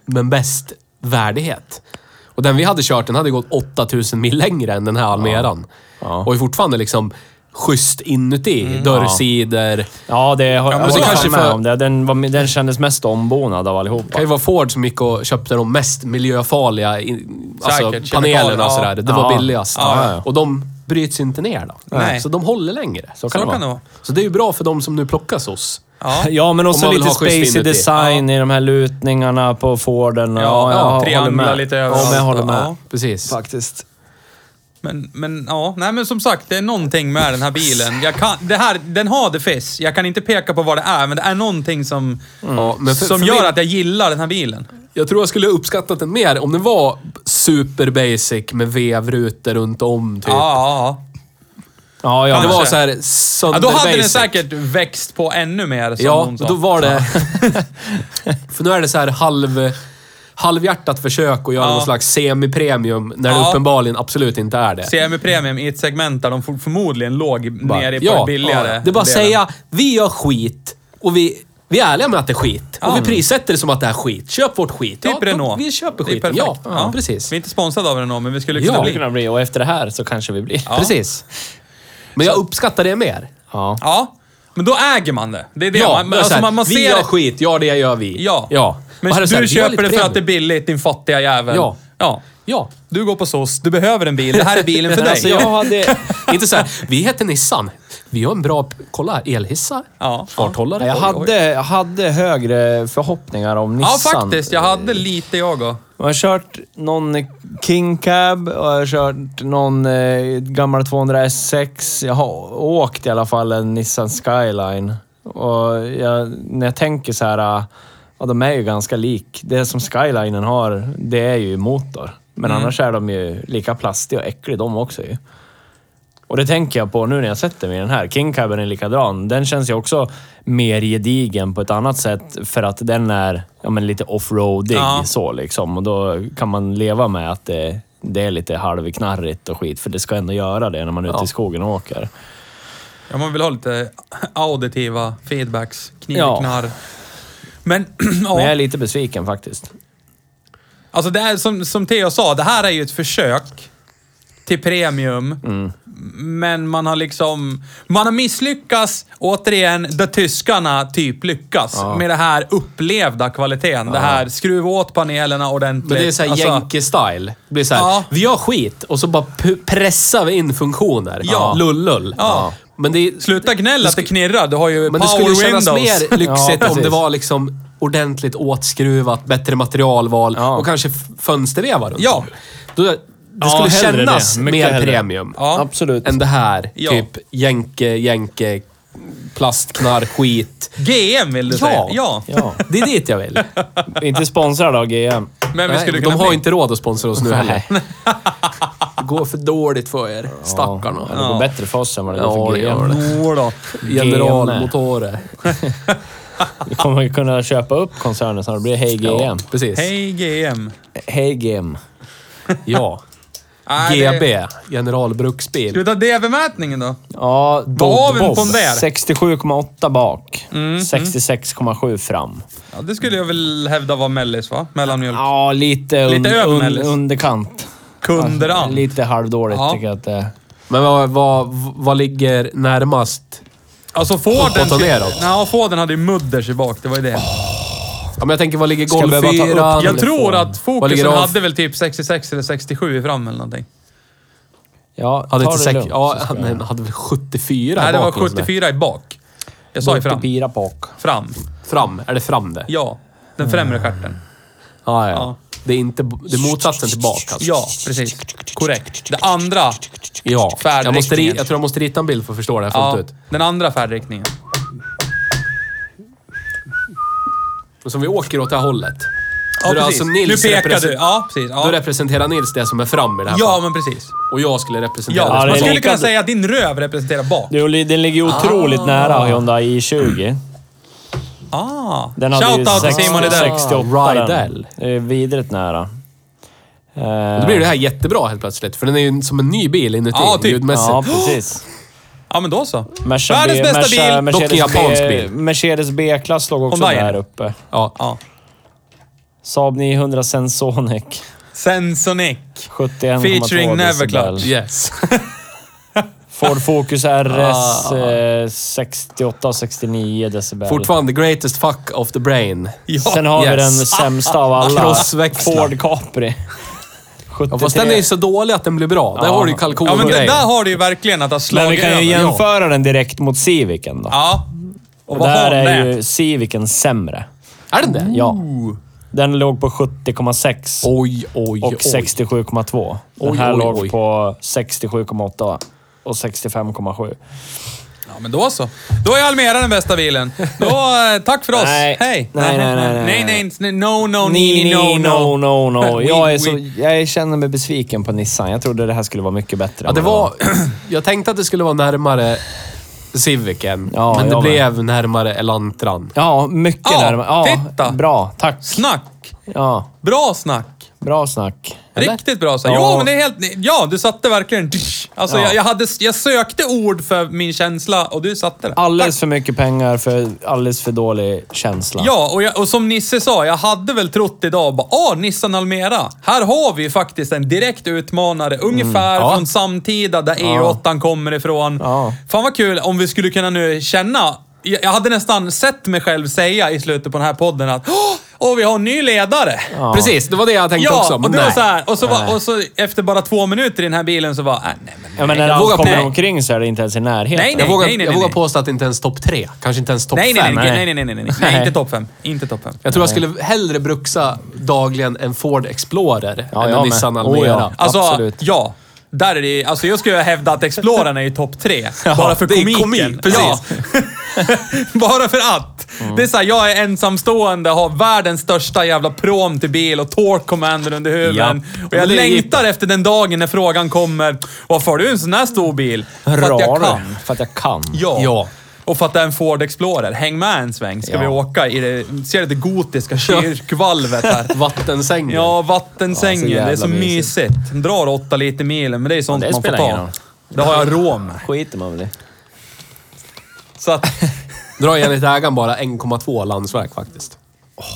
Speaker 3: men bäst värdighet. Och den vi hade kört, den hade gått 8000 mil längre än den här Almeran.
Speaker 1: Ja. Mm,
Speaker 3: Och är fortfarande liksom schysst inuti. Dörrsidor. Det
Speaker 1: Ja, det har,
Speaker 2: Ja, men
Speaker 1: jag
Speaker 2: så
Speaker 1: håller
Speaker 3: kanske
Speaker 1: fan med
Speaker 3: för-
Speaker 1: om det. Den, var, den kändes mest ombonad av allihopa.
Speaker 3: kan ju vara Ford som gick och köpte de mest miljöfarliga i- alltså
Speaker 2: Säkert,
Speaker 3: panelerna
Speaker 2: kemikalier,
Speaker 3: och
Speaker 2: ja.
Speaker 3: sådär. Det
Speaker 1: Ja.
Speaker 3: var billigast.
Speaker 1: Ja, ja.
Speaker 3: Och de bryts inte ner då.
Speaker 2: Nej.
Speaker 3: Så de håller längre.
Speaker 2: Så
Speaker 1: Så kan det
Speaker 2: kan
Speaker 1: vara.
Speaker 2: det vara.
Speaker 3: Så det är ju bra för de som nu plockas oss.
Speaker 2: Ja.
Speaker 1: Ja, men också
Speaker 3: man vill
Speaker 1: lite
Speaker 3: ha schysst
Speaker 1: spacey
Speaker 3: inuti.
Speaker 1: design i de här lutningarna på Forden.
Speaker 2: Ja,
Speaker 1: jag
Speaker 2: ja,
Speaker 1: håller
Speaker 2: trianglar
Speaker 1: med.
Speaker 2: lite
Speaker 1: Ja,
Speaker 2: överallt.
Speaker 1: men jag håller med.
Speaker 2: Ja.
Speaker 3: Precis.
Speaker 1: Faktiskt.
Speaker 2: Men, men ja, nej men som sagt, det är någonting med den här bilen. Jag kan, det här, den har the fizz. Jag kan inte peka på vad det är, men det är någonting som,
Speaker 3: Ja, men Mm. för-
Speaker 2: som
Speaker 3: för
Speaker 2: gör
Speaker 3: min-
Speaker 2: att jag gillar den här bilen.
Speaker 3: Jag tror jag skulle ha uppskattat den mer om den var super basic med vevrutor runt om. Typ.
Speaker 2: Ja, ja, ja.
Speaker 1: Ja, ja.
Speaker 3: det var
Speaker 2: kanske.
Speaker 3: så här
Speaker 2: ja.
Speaker 3: sönder
Speaker 2: Då hade den
Speaker 3: basic.
Speaker 2: säkert växt på ännu mer, som
Speaker 3: Ja,
Speaker 2: hon sa.
Speaker 3: då var det... för nu är det så här halv, halvhjärtat försök att göra
Speaker 2: Ja.
Speaker 3: någon slags semi-premium när det
Speaker 2: Ja.
Speaker 3: uppenbarligen absolut inte är det.
Speaker 2: Semi-premium i ett segment där de for- förmodligen låg
Speaker 3: Bara-
Speaker 2: nere på det billigare.
Speaker 3: ja. Det är bara att
Speaker 2: delen.
Speaker 3: säga, vi gör skit och vi, vi är ärliga med att det är skit. Och vi prissätter det som att det är skit. Köp vårt skit.
Speaker 2: Typ
Speaker 3: ja,
Speaker 2: Renault.
Speaker 3: Vi köper
Speaker 2: Det är
Speaker 3: skiten.
Speaker 2: perfekt.
Speaker 3: Ja, ja. precis.
Speaker 2: Vi är inte sponsrade av Renault, men vi skulle kunna
Speaker 3: Ja.
Speaker 1: Det
Speaker 2: bli.
Speaker 1: kunna bli. Och efter det här så kanske vi blir.
Speaker 2: Ja.
Speaker 3: Precis. Men jag uppskattar det mer.
Speaker 1: Ja.
Speaker 2: Ja, men då äger man det. Det är det.
Speaker 3: Ja,
Speaker 2: man,
Speaker 3: men
Speaker 2: alltså,
Speaker 3: såhär,
Speaker 2: man, man
Speaker 3: vi
Speaker 2: ser
Speaker 3: gör
Speaker 2: det.
Speaker 3: skit, ja det gör vi.
Speaker 2: Ja.
Speaker 3: ja.
Speaker 2: Men
Speaker 3: Och här är
Speaker 2: du
Speaker 3: såhär, vi gör
Speaker 2: köper
Speaker 3: lite
Speaker 2: det för att det är
Speaker 3: premium.
Speaker 2: billigt, din fattiga jävel.
Speaker 3: Ja.
Speaker 2: ja.
Speaker 3: Ja.
Speaker 2: Du går på SOS, du behöver en bil. Det här är bilen för
Speaker 1: Men
Speaker 2: dig.
Speaker 1: alltså, jag hade...
Speaker 3: Inte såhär, vi heter Nissan. Vi har en bra... Kolla, elhissar.
Speaker 2: Ja.
Speaker 3: Farthållare.
Speaker 1: Jag hade, jag hade högre förhoppningar om
Speaker 2: Ja,
Speaker 1: Nissan.
Speaker 2: faktiskt. Jag hade lite jag också.
Speaker 1: Jag har kört någon King Cab och jag har kört någon eh, gammal 200 S6. Jag har åkt i alla fall en Nissan Skyline. Och jag, när jag tänker så här, ah, ja, de är ju ganska lik. Det som Skylinen har, det är ju motor. Men annars är de ju lika plastiga och äckliga de också ju. Och det tänker jag på nu när jag sätter mig i den här. King Caben är likadan. Den känns ju också mer gedigen på ett annat sätt för att den är ja, men lite offroadig
Speaker 2: Ja.
Speaker 1: så liksom. Och då kan man leva med att det, det är lite halvknarrigt och skit. För det ska ändå göra det när man är ute i skogen och åker.
Speaker 2: Ja, man vill ha lite auditiva feedbacks.
Speaker 1: Ja.
Speaker 2: Knivknarr. Men,
Speaker 1: Men jag
Speaker 2: ja.
Speaker 1: är lite besviken faktiskt.
Speaker 2: Alltså det är som, som Theo sa, det här är ju ett försök till premium. Men man har liksom... Man har misslyckats, återigen, där tyskarna typ lyckas. Med det här upplevda kvaliteten. Det här skruva åt panelerna ordentligt.
Speaker 3: Men det är såhär
Speaker 2: Alltså,
Speaker 3: jänke-style. Det blir såhär,
Speaker 2: Ja.
Speaker 3: vi gör skit och så bara pu- pressar vi in funktioner.
Speaker 2: Ja.
Speaker 3: Lullull.
Speaker 2: Ja.
Speaker 3: Men det,
Speaker 2: Sluta gnälla att det knirrar. Du har ju
Speaker 3: men det
Speaker 2: power
Speaker 3: skulle kännas
Speaker 2: windows.
Speaker 3: mer lyxigt
Speaker 1: Ja,
Speaker 3: om
Speaker 1: precis.
Speaker 3: det var liksom ordentligt åtskruvat, bättre materialval
Speaker 1: Ja.
Speaker 3: och kanske f- fönstervevar runt.
Speaker 2: Ja.
Speaker 3: Då, det
Speaker 1: Ja,
Speaker 3: skulle
Speaker 1: hellre
Speaker 3: kännas
Speaker 1: det. Mycket
Speaker 3: mer
Speaker 1: hellre.
Speaker 3: premium.
Speaker 2: Ja.
Speaker 1: Absolut.
Speaker 3: Än det här,
Speaker 2: Ja.
Speaker 3: typ jänke, jänke, plastknarr, skit.
Speaker 2: GM vill du säga?
Speaker 3: Ja.
Speaker 2: Ja.
Speaker 1: Ja.
Speaker 3: Det är dit jag vill.
Speaker 1: Inte sponsrad av GM.
Speaker 2: Men vi
Speaker 3: Nej,
Speaker 2: skulle
Speaker 3: de
Speaker 2: kunna
Speaker 3: har
Speaker 2: bli.
Speaker 3: inte råd att sponsra oss nu heller.
Speaker 1: Nej.
Speaker 3: Det går för dåligt för er,
Speaker 1: Ja,
Speaker 3: stackarna.
Speaker 1: det går bättre för oss än vad det går
Speaker 3: Ja,
Speaker 1: för
Speaker 3: det
Speaker 1: GM.
Speaker 3: gör det.
Speaker 2: Jo då.
Speaker 3: Generalmotorer.
Speaker 1: Vi kommer ju kunna köpa upp koncernen så det blir Hej GM.
Speaker 3: Precis.
Speaker 2: Hej GM.
Speaker 1: Hej GM.
Speaker 3: Ja.
Speaker 2: Nej, Äh, det-
Speaker 3: GB,
Speaker 2: Ska
Speaker 3: generalbruksbil.
Speaker 2: vi ta DV-mätningen då?
Speaker 1: Ja,
Speaker 2: har vi på den där?
Speaker 1: 67,8 bak. 66,7 fram.
Speaker 2: Ja, det skulle jag väl hävda var mellis va? Mellanmjölk.
Speaker 1: Ja, lite,
Speaker 2: Lite
Speaker 1: un-
Speaker 2: över
Speaker 1: un-
Speaker 2: Mellis.
Speaker 1: underkant.
Speaker 3: alltså,
Speaker 2: Kunderand.
Speaker 1: Lite halvdåligt
Speaker 2: Ja.
Speaker 1: tycker jag att det är.
Speaker 3: Men vad, vad, vad ligger närmast?
Speaker 2: Alltså Forden...
Speaker 3: Och ta neråt.
Speaker 2: Ja, Forden hade ju mudders i bak. Det var ju det.
Speaker 3: Ja, men jag tänker, vad ligger
Speaker 1: Ska jag
Speaker 3: Golf
Speaker 1: behöva ta upp
Speaker 3: 4?
Speaker 2: jag tror att
Speaker 3: Vad ligger
Speaker 2: fokusen
Speaker 3: det av?
Speaker 2: hade väl typ 66 eller 67 fram eller någonting.
Speaker 1: Ja,
Speaker 3: Hade
Speaker 1: ta
Speaker 3: inte
Speaker 1: det
Speaker 3: säkert...
Speaker 1: lugnt,
Speaker 3: Ja,
Speaker 1: så ska
Speaker 3: han
Speaker 1: jag-
Speaker 3: han hade väl 74
Speaker 2: Nej, det var
Speaker 3: bak eller sådär.
Speaker 2: 74 i bak. Jag sa ju fram.
Speaker 1: 74 bak.
Speaker 2: Fram.
Speaker 3: Fram, är det fram det? Ah,
Speaker 2: Ja. Den främre stjärten.
Speaker 3: Ja, ja.
Speaker 2: Ja.
Speaker 3: Det är inte... Det är motsatsen till bak alltså.
Speaker 2: Ja, precis. Korrekt. Det andra...
Speaker 3: Ja. Jag, måste, ri-
Speaker 2: Färdriktningen.
Speaker 3: jag tror jag måste rita en bild för att förstå det här
Speaker 2: Ja,
Speaker 3: fullt ut.
Speaker 2: den andra färdriktningen.
Speaker 3: Men som vi åker åt det här hållet.
Speaker 2: Ja,
Speaker 3: Då är det
Speaker 2: precis.
Speaker 3: alltså Nils
Speaker 2: nu pekar
Speaker 3: represen-
Speaker 2: du. Ja, precis.
Speaker 3: Då
Speaker 2: Ja.
Speaker 3: representerar Nils det som är fram i det här
Speaker 2: ja,
Speaker 3: fallet.
Speaker 2: men precis.
Speaker 3: Och jag skulle
Speaker 2: Ja,
Speaker 3: representera det som
Speaker 1: det
Speaker 2: man
Speaker 1: är
Speaker 3: är
Speaker 2: skulle
Speaker 1: lika-
Speaker 2: kunna säga att din röv representerar bak.
Speaker 1: Jo, li- Den ligger ju otroligt nära Hyundai i20.
Speaker 2: Ah.
Speaker 1: Den hade ju
Speaker 2: Shout out till
Speaker 1: 60
Speaker 2: Simon Rydell.
Speaker 1: 68
Speaker 3: Rydell.
Speaker 1: den. Det är vidrigt nära. Eh,
Speaker 3: Då blir det här jättebra helt plötsligt, för den är ju som en ny bil inuti
Speaker 2: Ja, typ.
Speaker 3: ljudmässigt.
Speaker 1: Ja, precis.
Speaker 2: Ja, men då så.
Speaker 1: Merca
Speaker 2: Världens
Speaker 1: B-
Speaker 2: bästa
Speaker 1: Merca-
Speaker 2: bil.
Speaker 1: Mercedes
Speaker 3: dock en japansk
Speaker 1: B-
Speaker 3: bil.
Speaker 1: Mercedes B-klass låg också
Speaker 2: Hyundai.
Speaker 1: där uppe.
Speaker 3: Ja.
Speaker 2: Ja.
Speaker 1: Saab 900 Sensonic.
Speaker 2: Sensonic.
Speaker 1: 71,2
Speaker 2: Featuring
Speaker 1: decibel.
Speaker 2: Neverclutch.
Speaker 3: Yes.
Speaker 1: Ford Focus RS eh, 68 69 decibel.
Speaker 3: Ah. Fortfarande greatest fuck of the brain.
Speaker 2: Ja.
Speaker 1: Sen har vi
Speaker 3: Yes.
Speaker 1: den sämsta av alla.
Speaker 3: Crossväxlad.
Speaker 1: Ford Capri. 73.
Speaker 3: Ja, fast den är ju så dålig att den blir bra. Där
Speaker 1: Ja.
Speaker 3: har du ju kalkon
Speaker 2: ja, men
Speaker 3: och
Speaker 2: det
Speaker 3: grejer.
Speaker 2: där har du ju verkligen att ha
Speaker 1: Men
Speaker 2: slagit
Speaker 1: vi kan
Speaker 2: över.
Speaker 1: ju
Speaker 2: Ja.
Speaker 1: jämföra den direkt mot Civicen då.
Speaker 2: Ja. Och
Speaker 1: Och
Speaker 2: vad har
Speaker 1: där är
Speaker 2: den?
Speaker 1: ju Civicen sämre.
Speaker 3: Är den det?
Speaker 1: Ja. Den låg på 70,6
Speaker 3: Oj, oj,
Speaker 1: och
Speaker 3: oj.
Speaker 1: 67,2. Den
Speaker 3: Oj,
Speaker 1: här
Speaker 3: oj,
Speaker 1: låg
Speaker 3: oj.
Speaker 1: på 67,8 och 65,7.
Speaker 2: Ja, men då så. Då är Almera den bästa bilen. Då, eh, tack för oss.
Speaker 1: Nej.
Speaker 2: Hej.
Speaker 1: Nej, nej, nej, nej.
Speaker 2: Nej, nej, nej. No, no,
Speaker 1: Ni,
Speaker 2: ni, no, no.
Speaker 1: no, no.
Speaker 2: We-
Speaker 1: Jag, är
Speaker 2: we-
Speaker 1: så, jag känner mig besviken på Nissan. Jag trodde det här skulle vara mycket bättre.
Speaker 3: Ja,
Speaker 1: än
Speaker 3: det
Speaker 1: vad
Speaker 3: var... Jag tänkte att det skulle vara närmare Civicen,
Speaker 1: Ja,
Speaker 3: men det
Speaker 1: jag med.
Speaker 3: blev närmare Elantran.
Speaker 1: Ja, mycket
Speaker 2: Ja,
Speaker 1: närmare. Ja,
Speaker 2: titta.
Speaker 1: Bra, tack.
Speaker 2: Snack.
Speaker 1: Ja,
Speaker 2: Bra snack.
Speaker 1: bra snack.
Speaker 3: Eller?
Speaker 2: Riktigt bra så. här.
Speaker 1: Ja.
Speaker 2: Ja, men det är helt... Ja, du satte verkligen... Alltså, jag, jag, hade, jag sökte ord för min känsla och du satte det.
Speaker 1: Alldeles för mycket pengar för alldeles för dålig känsla.
Speaker 2: Ja, och, jag, och som Nisse sa, jag hade väl trott idag bara, ah, Nissan Almera. Här har vi faktiskt en direkt utmanare, ungefär
Speaker 3: Ja.
Speaker 2: från samtida, där EU8 kommer ifrån.
Speaker 1: Ja.
Speaker 2: Fan vad kul om vi skulle kunna nu känna, jag jag hade nästan sett mig själv säga i slutet på den här podden att, åh, åh, vi har en ny ledare.
Speaker 3: Precis, det var det jag tänkte
Speaker 2: Ja,
Speaker 3: också.
Speaker 2: och det var
Speaker 3: nej.
Speaker 2: så här, och så, var, och så efter bara två minuter i den här bilen så var, äh, nej men.
Speaker 1: Ja, men när
Speaker 3: Jag
Speaker 1: allt
Speaker 3: vågar-
Speaker 1: kommer
Speaker 3: nej.
Speaker 1: omkring så är det inte ens i närheten.
Speaker 2: Nej,
Speaker 3: Jag
Speaker 2: nej.
Speaker 3: vågar, jag
Speaker 2: nej,
Speaker 3: vågar
Speaker 2: nej.
Speaker 3: påstå att inte ens topp tre. Kanske inte ens topp
Speaker 2: Nej, nej,
Speaker 3: fem.
Speaker 2: nej, nej,
Speaker 1: nej.
Speaker 2: nej, nej, nej, nej, nej,
Speaker 1: Nej.
Speaker 2: inte topp fem. Inte topp fem.
Speaker 3: Jag tror jag skulle hellre bruxa dagligen en Ford Explorer
Speaker 1: Ja,
Speaker 3: än
Speaker 1: jag
Speaker 3: en
Speaker 1: med.
Speaker 3: Nissan
Speaker 1: Oh,
Speaker 3: Almera.
Speaker 1: ja.
Speaker 2: Alltså,
Speaker 1: Absolut.
Speaker 2: ja. Där är det, alltså jag skulle hävda att Explorern är i topp tre. bara för
Speaker 3: det är
Speaker 2: komiken.
Speaker 3: komik, precis.
Speaker 2: Ja. bara för att.
Speaker 1: Mm.
Speaker 2: Det är såhär, jag är ensamstående, har världens största jävla prom till bil och torque commander under huven.
Speaker 1: Ja.
Speaker 2: Och jag
Speaker 1: Det är
Speaker 2: längtar efter den dagen när frågan kommer, varför har du en sån här stor bil? För att jag
Speaker 1: Raren.
Speaker 2: kan.
Speaker 1: För att jag kan.
Speaker 2: Ja.
Speaker 3: Ja.
Speaker 2: Och för att det är en Ford Explorer. Häng med en sväng, ska
Speaker 1: Ja.
Speaker 2: vi åka i det, ser du det gotiska kyrkvalvet här?
Speaker 3: Vattensängen.
Speaker 2: Ja,
Speaker 1: Ja,
Speaker 2: vattensängen.
Speaker 1: så jävla
Speaker 2: det är så
Speaker 1: mysigt.
Speaker 2: mysigt. Den drar åtta liter milen, men det är sånt
Speaker 1: Ja, det
Speaker 2: man får
Speaker 1: spelar ingen
Speaker 2: ta.
Speaker 1: roll.
Speaker 2: Det har jag råd med.
Speaker 1: Skiter man väl i.
Speaker 2: Så att,
Speaker 3: Drar enligt ägaren bara 1,2 landsväg faktiskt.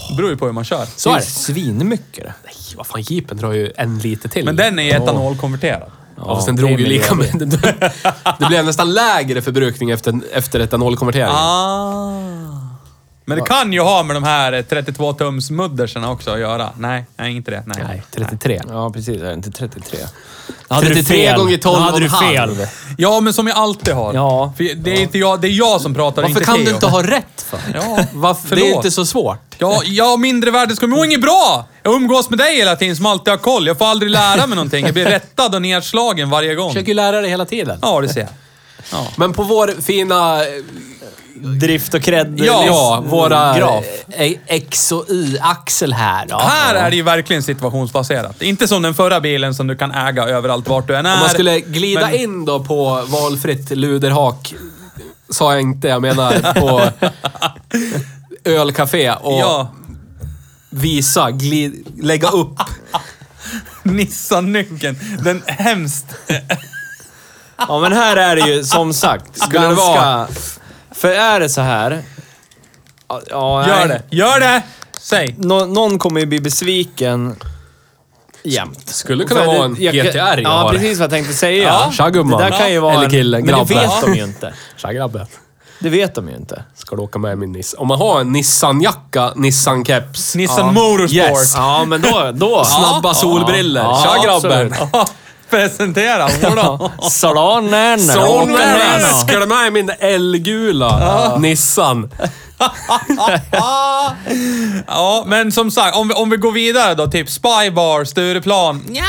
Speaker 2: det beror ju på hur man kör.
Speaker 3: Så
Speaker 1: det
Speaker 3: är
Speaker 1: är
Speaker 3: det.
Speaker 1: svinmycket det.
Speaker 3: Nej, vad fan, jeepen drar ju en liter till.
Speaker 2: Men den är ju etanolkonverterad.
Speaker 3: Ja, fast den
Speaker 1: det
Speaker 3: drog
Speaker 1: är
Speaker 3: ju lika
Speaker 1: miljö.
Speaker 3: med. Det blev nästan lägre förbrukning efter, efter etanolkonverteringen.
Speaker 2: Ah. Men det kan ju ha med de här 32-tums mudderserna också att göra. Nej, nej inte det. Nej.
Speaker 3: Nej, 33.
Speaker 1: Ja, precis. Det är inte 33. Då
Speaker 3: 33 gånger 12
Speaker 1: Då hade du
Speaker 3: och en
Speaker 1: fel.
Speaker 3: halv.
Speaker 2: Ja, men som jag alltid har.
Speaker 1: Ja.
Speaker 2: För det är inte jag, det är jag som pratar,
Speaker 3: Varför
Speaker 2: inte
Speaker 3: kan
Speaker 2: Theo.
Speaker 3: du inte ha rätt för?
Speaker 2: Ja,
Speaker 3: Varför? Det är
Speaker 2: förlåt.
Speaker 3: inte så svårt.
Speaker 2: Ja, jag har mindre värdeskomplex. Jag mår inget bra! Jag umgås med dig hela tiden som alltid har koll. Jag får aldrig lära mig någonting. Jag blir rättad och nedslagen varje gång.
Speaker 3: Jag försöker ju lära dig hela tiden.
Speaker 2: Ja, det ser jag.
Speaker 3: Men på vår fina...
Speaker 1: Drift och cred.
Speaker 2: Ja,
Speaker 3: Ja, våra...
Speaker 1: mm, Graf.
Speaker 3: eh, X och Y-axel här. Ja.
Speaker 2: Här är det ju verkligen situationsbaserat. Inte som den förra bilen som du kan äga överallt vart du än är.
Speaker 3: Om man skulle glida
Speaker 2: Men-
Speaker 3: in då på valfritt luderhak, sa jag inte. Jag menar på ölcafé och
Speaker 2: Ja,
Speaker 3: visa, glid, lägga upp.
Speaker 2: Nissan-nyckeln. Den hemskt...
Speaker 1: Ja, men här är det ju som sagt
Speaker 3: Skulle det
Speaker 1: ganska...
Speaker 3: vara-
Speaker 1: För är det så här... Ja, Ja,
Speaker 2: Gör
Speaker 1: nej.
Speaker 2: det! Gör det! Säg.
Speaker 1: Nå, någon kommer ju bli besviken jämt.
Speaker 3: Skulle kunna
Speaker 1: För
Speaker 3: vara
Speaker 1: det-
Speaker 3: en
Speaker 1: jag kan-
Speaker 3: GTR jag
Speaker 1: Ja,
Speaker 3: har.
Speaker 1: precis vad jag tänkte säga.
Speaker 3: Ja, tja,
Speaker 1: det
Speaker 3: gumman.
Speaker 1: där kan ju vara
Speaker 3: Eller killen,
Speaker 1: en, Men det
Speaker 3: grabben.
Speaker 1: vet de ju inte.
Speaker 3: Tja grabben.
Speaker 1: Det vet de ju inte.
Speaker 3: Ska du åka med min Nissan? Om man har en Nissan-jacka, Nissan-keps,
Speaker 2: Nissan Motorsport.
Speaker 1: Yes. Ja, men då... då.
Speaker 3: snabba solbriller.
Speaker 1: Ja,
Speaker 3: Tja grabben.
Speaker 1: absolut.
Speaker 2: Ja, Presentera. Vadå?
Speaker 1: Salanen.
Speaker 3: Sonen, ska du med min elgula Nissan?
Speaker 2: Ja, men som sagt, om vi, om vi går vidare då. Typ Spybar, Stureplan. Ja,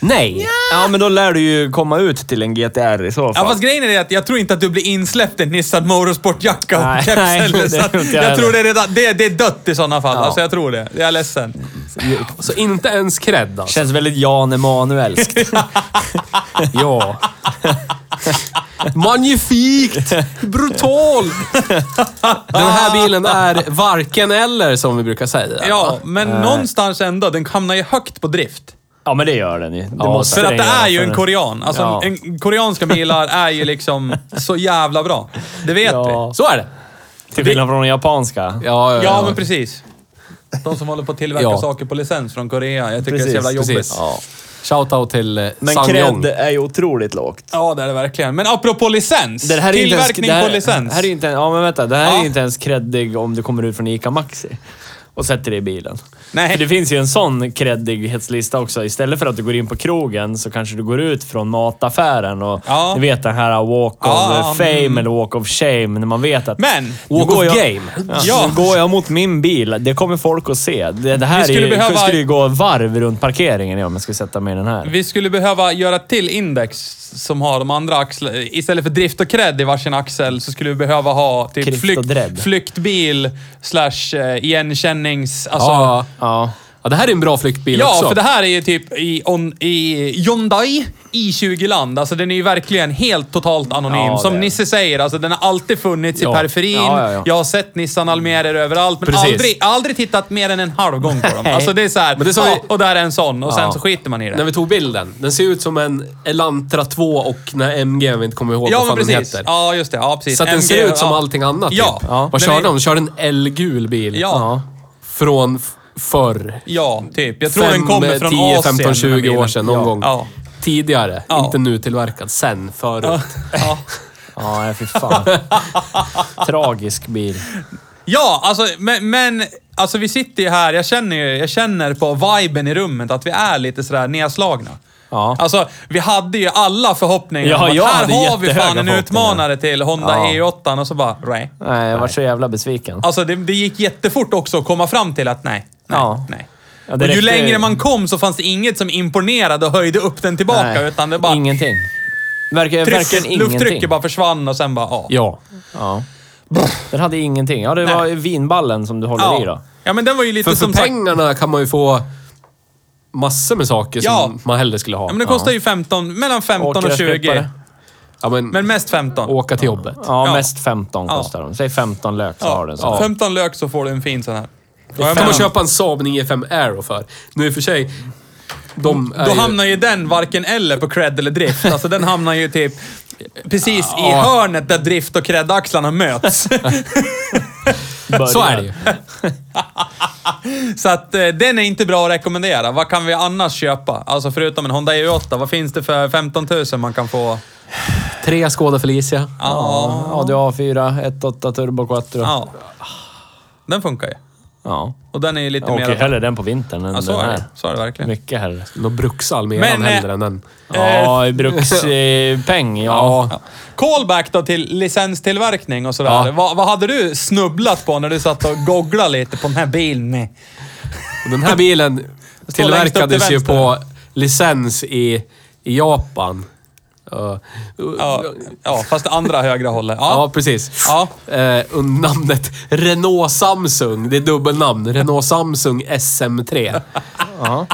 Speaker 3: Nej.
Speaker 1: Ja, men då lär du ju komma ut till en GTR i så fall.
Speaker 2: Ja, fast grejen är det att jag tror inte att du blir insläppt i en Nissan Motorsport-jacka
Speaker 1: Nej,
Speaker 2: och keps
Speaker 1: nej,
Speaker 2: heller.
Speaker 1: det
Speaker 2: Så att
Speaker 1: tror inte jag
Speaker 2: jag tror det
Speaker 1: heller.
Speaker 2: är, redan, det, det är dött i sådana fall. Alltså jag tror det. Jag är ledsen.
Speaker 3: Så inte ens cred alltså.
Speaker 1: Känns väldigt Jan Emanuelskt.
Speaker 3: Ja. Magnifikt! Brutal! Den här bilen är varken eller, som vi brukar säga.
Speaker 2: Ja, men någonstans ändå. Den hamnar ju högt på drift.
Speaker 1: Ja, men det gör den ju. Det
Speaker 3: Ja,
Speaker 1: måste
Speaker 2: För att
Speaker 1: den
Speaker 2: det är
Speaker 1: göra
Speaker 2: ju
Speaker 1: för
Speaker 2: en
Speaker 1: den-
Speaker 2: korean. Alltså
Speaker 1: Ja.
Speaker 2: en, koreanska bilar är ju liksom så jävla bra. Det vet
Speaker 1: Ja.
Speaker 2: vi.
Speaker 3: Så är det.
Speaker 1: Till skillnad från de japanska.
Speaker 3: Ja,
Speaker 2: Ja, men precis. De som håller på att tillverka
Speaker 3: Ja.
Speaker 2: saker på licens från Korea. Jag tycker det är så
Speaker 1: Precis,
Speaker 2: jävla jobbigt.
Speaker 3: precis.
Speaker 1: Ja.
Speaker 3: Shoutout till eh,
Speaker 1: Men
Speaker 3: Sangyong.
Speaker 1: cred är ju otroligt lågt.
Speaker 2: Ja, det är det verkligen. Men apropå licens.
Speaker 1: Det här är inte ens-
Speaker 2: Tillverkning
Speaker 1: det här-
Speaker 2: på licens.
Speaker 1: Det här är inte, ja, men vänta. Det här är
Speaker 2: Ja.
Speaker 1: ju inte ens creddig om du kommer ut från ICA Maxi och sätter dig i bilen.
Speaker 2: Nej.
Speaker 1: För det finns ju en sån creddighetslista också. Istället för att du går in på krogen så kanske du går ut från mataffären och
Speaker 2: Ja.
Speaker 1: du vet den här walk of
Speaker 2: Ja,
Speaker 1: fame
Speaker 2: mm.
Speaker 1: eller walk of shame när man vet att...
Speaker 2: Men,
Speaker 1: nu
Speaker 3: walk
Speaker 1: går
Speaker 3: of
Speaker 1: jag,
Speaker 3: game.
Speaker 1: Ja,
Speaker 2: Ja.
Speaker 1: Nu går jag mot min bil. Det kommer folk att se. Det, det här
Speaker 2: Vi
Speaker 1: är
Speaker 2: skulle
Speaker 1: ju,
Speaker 2: behöva-
Speaker 1: jag skulle ju gå varv runt parkeringen ja, om jag skulle sätta mig i den här.
Speaker 2: Vi skulle behöva göra ett till index som har de andra axlarna. Istället för drift och cred i varsin axel så skulle vi behöva ha typ
Speaker 1: Krift och
Speaker 2: flykt,
Speaker 1: dread.
Speaker 2: flyktbil slash eh, igenkännings... Alltså,
Speaker 3: Ja.
Speaker 1: Ja.
Speaker 3: Ja, det här är en bra flyktbil
Speaker 2: Ja,
Speaker 3: också.
Speaker 2: för det här är ju typ i, on, i Hyundai i 20-land. Alltså den är ju verkligen helt totalt anonym.
Speaker 1: Ja, det
Speaker 2: Som
Speaker 1: är
Speaker 2: Nisse säger, alltså den har alltid funnits i
Speaker 3: Ja.
Speaker 2: periferin.
Speaker 1: Ja, ja, ja.
Speaker 2: Jag har sett Nissan Almerer överallt, men
Speaker 3: Precis.
Speaker 2: aldrig, aldrig tittat mer än en halv gång på dem.
Speaker 1: Nej.
Speaker 2: Alltså det är så här,
Speaker 3: Men det är som
Speaker 2: ja,
Speaker 3: vi-
Speaker 2: och där är en sån och
Speaker 1: Ja.
Speaker 2: sen så skiter man i det.
Speaker 3: När vi tog bilden. Den ser ut som en Elantra 2 och när MG, vi inte kommer ihåg
Speaker 2: Ja,
Speaker 3: vad
Speaker 2: men
Speaker 3: fan den
Speaker 2: precis.
Speaker 3: heter.
Speaker 2: Ja, just det. Ja, precis.
Speaker 3: Så att den
Speaker 2: MG,
Speaker 3: ser ut som
Speaker 2: ja.
Speaker 3: allting annat.
Speaker 2: Ja.
Speaker 3: Typ.
Speaker 2: Ja.
Speaker 3: Vad
Speaker 2: Den
Speaker 3: körde
Speaker 2: är-
Speaker 3: de? De körde en L-gul bil.
Speaker 2: Ja.
Speaker 3: Från f- förr.
Speaker 2: Ja, typ. Jag tror
Speaker 3: Fem, eh,
Speaker 2: den kommer från
Speaker 3: 10,
Speaker 2: Asien.
Speaker 3: 15,
Speaker 2: den här
Speaker 3: 20 år
Speaker 2: bilen.
Speaker 3: sedan någon gång.
Speaker 2: Ja.
Speaker 3: Tidigare.
Speaker 2: Ja.
Speaker 3: Inte nu tillverkad. Sen, förut.
Speaker 2: Ja.
Speaker 1: Ja, nej, fy fan. Tragisk bil.
Speaker 2: Ja, alltså, men, men alltså, vi sitter ju här. Jag känner, ju, jag känner på viben i rummet att vi är lite sådär nedslagna.
Speaker 1: Ja.
Speaker 2: Alltså, vi hade ju alla förhoppningar
Speaker 1: Ja,
Speaker 2: om
Speaker 1: jag
Speaker 2: att här
Speaker 1: hade
Speaker 2: har vi fan en
Speaker 1: jättehöga
Speaker 2: utmanare till Honda
Speaker 1: Ja.
Speaker 2: E8 och så bara, nej.
Speaker 1: Nej, jag var så jävla besviken.
Speaker 2: Alltså, det, det gick jättefort också att komma fram till att nej, nej,
Speaker 1: Ja.
Speaker 2: nej.
Speaker 1: Ja,
Speaker 2: och
Speaker 1: det
Speaker 2: ju
Speaker 1: räckte-
Speaker 2: längre man kom så fanns det inget som imponerade och höjde upp den tillbaka,
Speaker 1: Nej,
Speaker 2: utan det bara...
Speaker 1: Ingenting. Verkar,
Speaker 2: tryck-
Speaker 1: verkligen ingenting.
Speaker 2: lufttrycket bara försvann och sen bara, ja.
Speaker 3: Ja.
Speaker 1: Ja. Den hade ingenting. Ja, det var vinballen som du håller i då.
Speaker 2: Ja. ja, men den var ju lite
Speaker 3: För, för
Speaker 2: som sagt...
Speaker 3: pengarna kan man ju få massor med saker
Speaker 2: Ja.
Speaker 3: som man hellre skulle ha.
Speaker 2: Ja, men den kostar ju 15, mellan 15 och
Speaker 1: Åker
Speaker 2: 20.
Speaker 1: skrapare.
Speaker 3: Ja, men,
Speaker 2: Men mest 15.
Speaker 3: åka till jobbet.
Speaker 1: Ja,
Speaker 2: Ja.
Speaker 1: mest 15
Speaker 2: Ja.
Speaker 1: kostar de. Säg 15 lök så har du en sån.
Speaker 2: Ja.
Speaker 1: där.
Speaker 2: 15 lök så får du en fin sån här. Ja,
Speaker 3: Kan
Speaker 2: jag menar,
Speaker 3: man köpa en Saab 9-5 Aero för. Nu i och för sig, de är
Speaker 2: då
Speaker 3: ju-
Speaker 2: hamnar ju den varken eller på cred eller drift. Alltså den hamnar ju typ precis i
Speaker 3: Ja.
Speaker 2: hörnet där drift och cred-axlarna möts.
Speaker 1: Börja.
Speaker 3: Så är det ju.
Speaker 2: Så att eh, den är inte bra att rekommendera. Vad kan vi annars köpa? Alltså förutom en Honda E8, vad finns det för 15 000 man kan få?
Speaker 3: Tre Skoda Felicia.
Speaker 1: Ja, Audi A4, 1.8 Turbo Quattro. Ja.
Speaker 2: Ja. Den funkar ju. Och den är ju lite
Speaker 1: Jag åker
Speaker 2: mer...
Speaker 1: hellre den på vintern än
Speaker 2: Ja, så
Speaker 1: den
Speaker 2: är
Speaker 1: här.
Speaker 2: det. Så är det verkligen.
Speaker 1: Mycket hellre.
Speaker 3: Någon bruksalmeran
Speaker 2: Men, eh,
Speaker 3: hellre än den.
Speaker 1: Ja, i brukspeng, ja.
Speaker 2: Callback då till licenstillverkning och sådär.
Speaker 3: Ja.
Speaker 2: Vad, vad hade du snubblat på när du satt och googlade lite på den här bilen? Med?
Speaker 3: Och Den här bilen
Speaker 2: står längst upp till
Speaker 3: tillverkades ju
Speaker 2: vänster.
Speaker 3: på licens i, i Japan. Ja,
Speaker 2: Ja, ja, fast det andra högra hållet.
Speaker 3: ja,
Speaker 2: Ja.
Speaker 3: precis.
Speaker 2: Ja.
Speaker 3: Eh, och namnet Renault Samsung. Det är dubbelnamn. Renault Samsung SM3.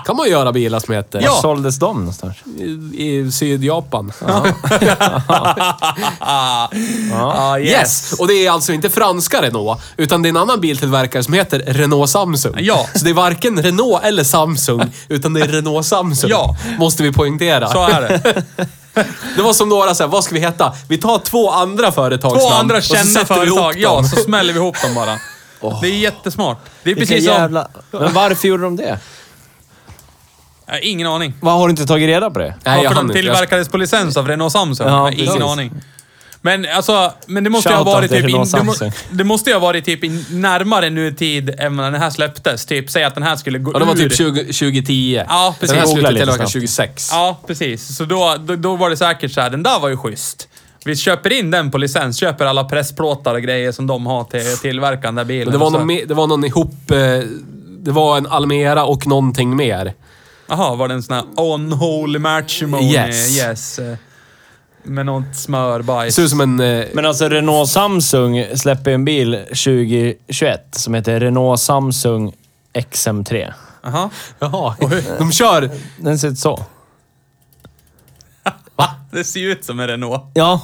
Speaker 3: kan man göra bilar som heter.
Speaker 1: Var såldes de någonstans?
Speaker 3: I- I Sydjapan.
Speaker 2: Ah, ah, yes.
Speaker 3: Yes! Och det är alltså inte franska Renault, utan det är en annan biltillverkare som heter Renault Samsung.
Speaker 2: Ja.
Speaker 3: Så det är varken Renault eller Samsung, utan det är Renault Samsung.
Speaker 2: Ja.
Speaker 3: Måste vi poängtera.
Speaker 2: Så är det.
Speaker 3: Det var som några så här, vad ska vi heta? Vi tar två andra företagsnamn
Speaker 2: Två andra
Speaker 3: och så
Speaker 2: kända
Speaker 3: sätter vi ihop
Speaker 2: företag. Ja,
Speaker 3: dem.
Speaker 2: så smäller vi ihop dem bara. Det är jättesmart. Det är
Speaker 1: Vilka
Speaker 2: precis som...
Speaker 1: jävla... Men varför gjorde de det?
Speaker 2: Jag har ingen aning.
Speaker 1: Vad Har du inte tagit reda på det?
Speaker 3: Nej, jag
Speaker 2: Varför
Speaker 3: hann
Speaker 2: de
Speaker 3: inte. Jag-
Speaker 2: tillverkades på licens av Renault Samsung?
Speaker 1: Ja,
Speaker 2: jag har ingen
Speaker 1: precis.
Speaker 2: aning. Men alltså, men det måste ju ha
Speaker 1: Shoutout
Speaker 2: varit
Speaker 1: till
Speaker 2: typ... In,
Speaker 1: Renault
Speaker 2: det, må,
Speaker 1: Samsung.
Speaker 2: det måste ju ha varit typ in, närmare nutid än när den här släpptes. Typ, säg att den här skulle gå
Speaker 3: Ja, det var
Speaker 2: ur.
Speaker 3: typ 20, 2010.
Speaker 2: Ja, precis.
Speaker 3: Den här
Speaker 2: Googla
Speaker 3: slutade
Speaker 1: lite
Speaker 3: tillverkas
Speaker 1: snabbt.
Speaker 3: 2006.
Speaker 2: Ja, precis. Så då, då, då var det säkert så här, den där var ju schysst. Vi köper in den på licens, köper alla pressplåtar och grejer som de har till tillverkaren där bilen.
Speaker 3: Men det, var
Speaker 2: Och så-
Speaker 3: någon, me- det var någon ihop... Eh, det var en Almera och någonting mer.
Speaker 2: Jaha, var det en sån här on-hole matrimony?
Speaker 3: Yes.
Speaker 2: yes. eh, Med något smörbajs.
Speaker 3: Det ser ut som en... Eh,
Speaker 1: Men alltså Renault Samsung släpper en bil 2021 som heter Renault Samsung XM3.
Speaker 2: Jaha.
Speaker 3: Jaha. De kör...
Speaker 1: Den ser ut så.
Speaker 2: Det ser ju ut som en Renault.
Speaker 1: Ja.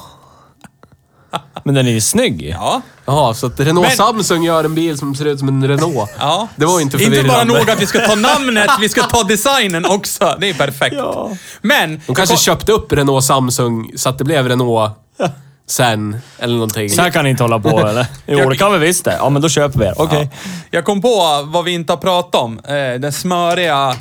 Speaker 1: Men den är ju snygg.
Speaker 2: Ja.
Speaker 3: Jaha, så att Renault
Speaker 2: Men-
Speaker 3: Samsung gör en bil som ser ut som en Renault.
Speaker 2: Ja.
Speaker 3: Det var ju inte
Speaker 2: Inte bara
Speaker 3: förvirrande.
Speaker 2: nog att vi ska ta namnet, vi ska ta designen också. Det är perfekt.
Speaker 1: Ja.
Speaker 2: Men...
Speaker 3: De kanske köpte upp Renault Samsung så att det blev Renault sen, eller någonting.
Speaker 1: Så här kan ni inte hålla på eller? Jo, det kan vi visst det. Ja, men då köper vi er. Okej.
Speaker 2: Jag kom på vad vi inte har pratat om. Eh, Den smöriga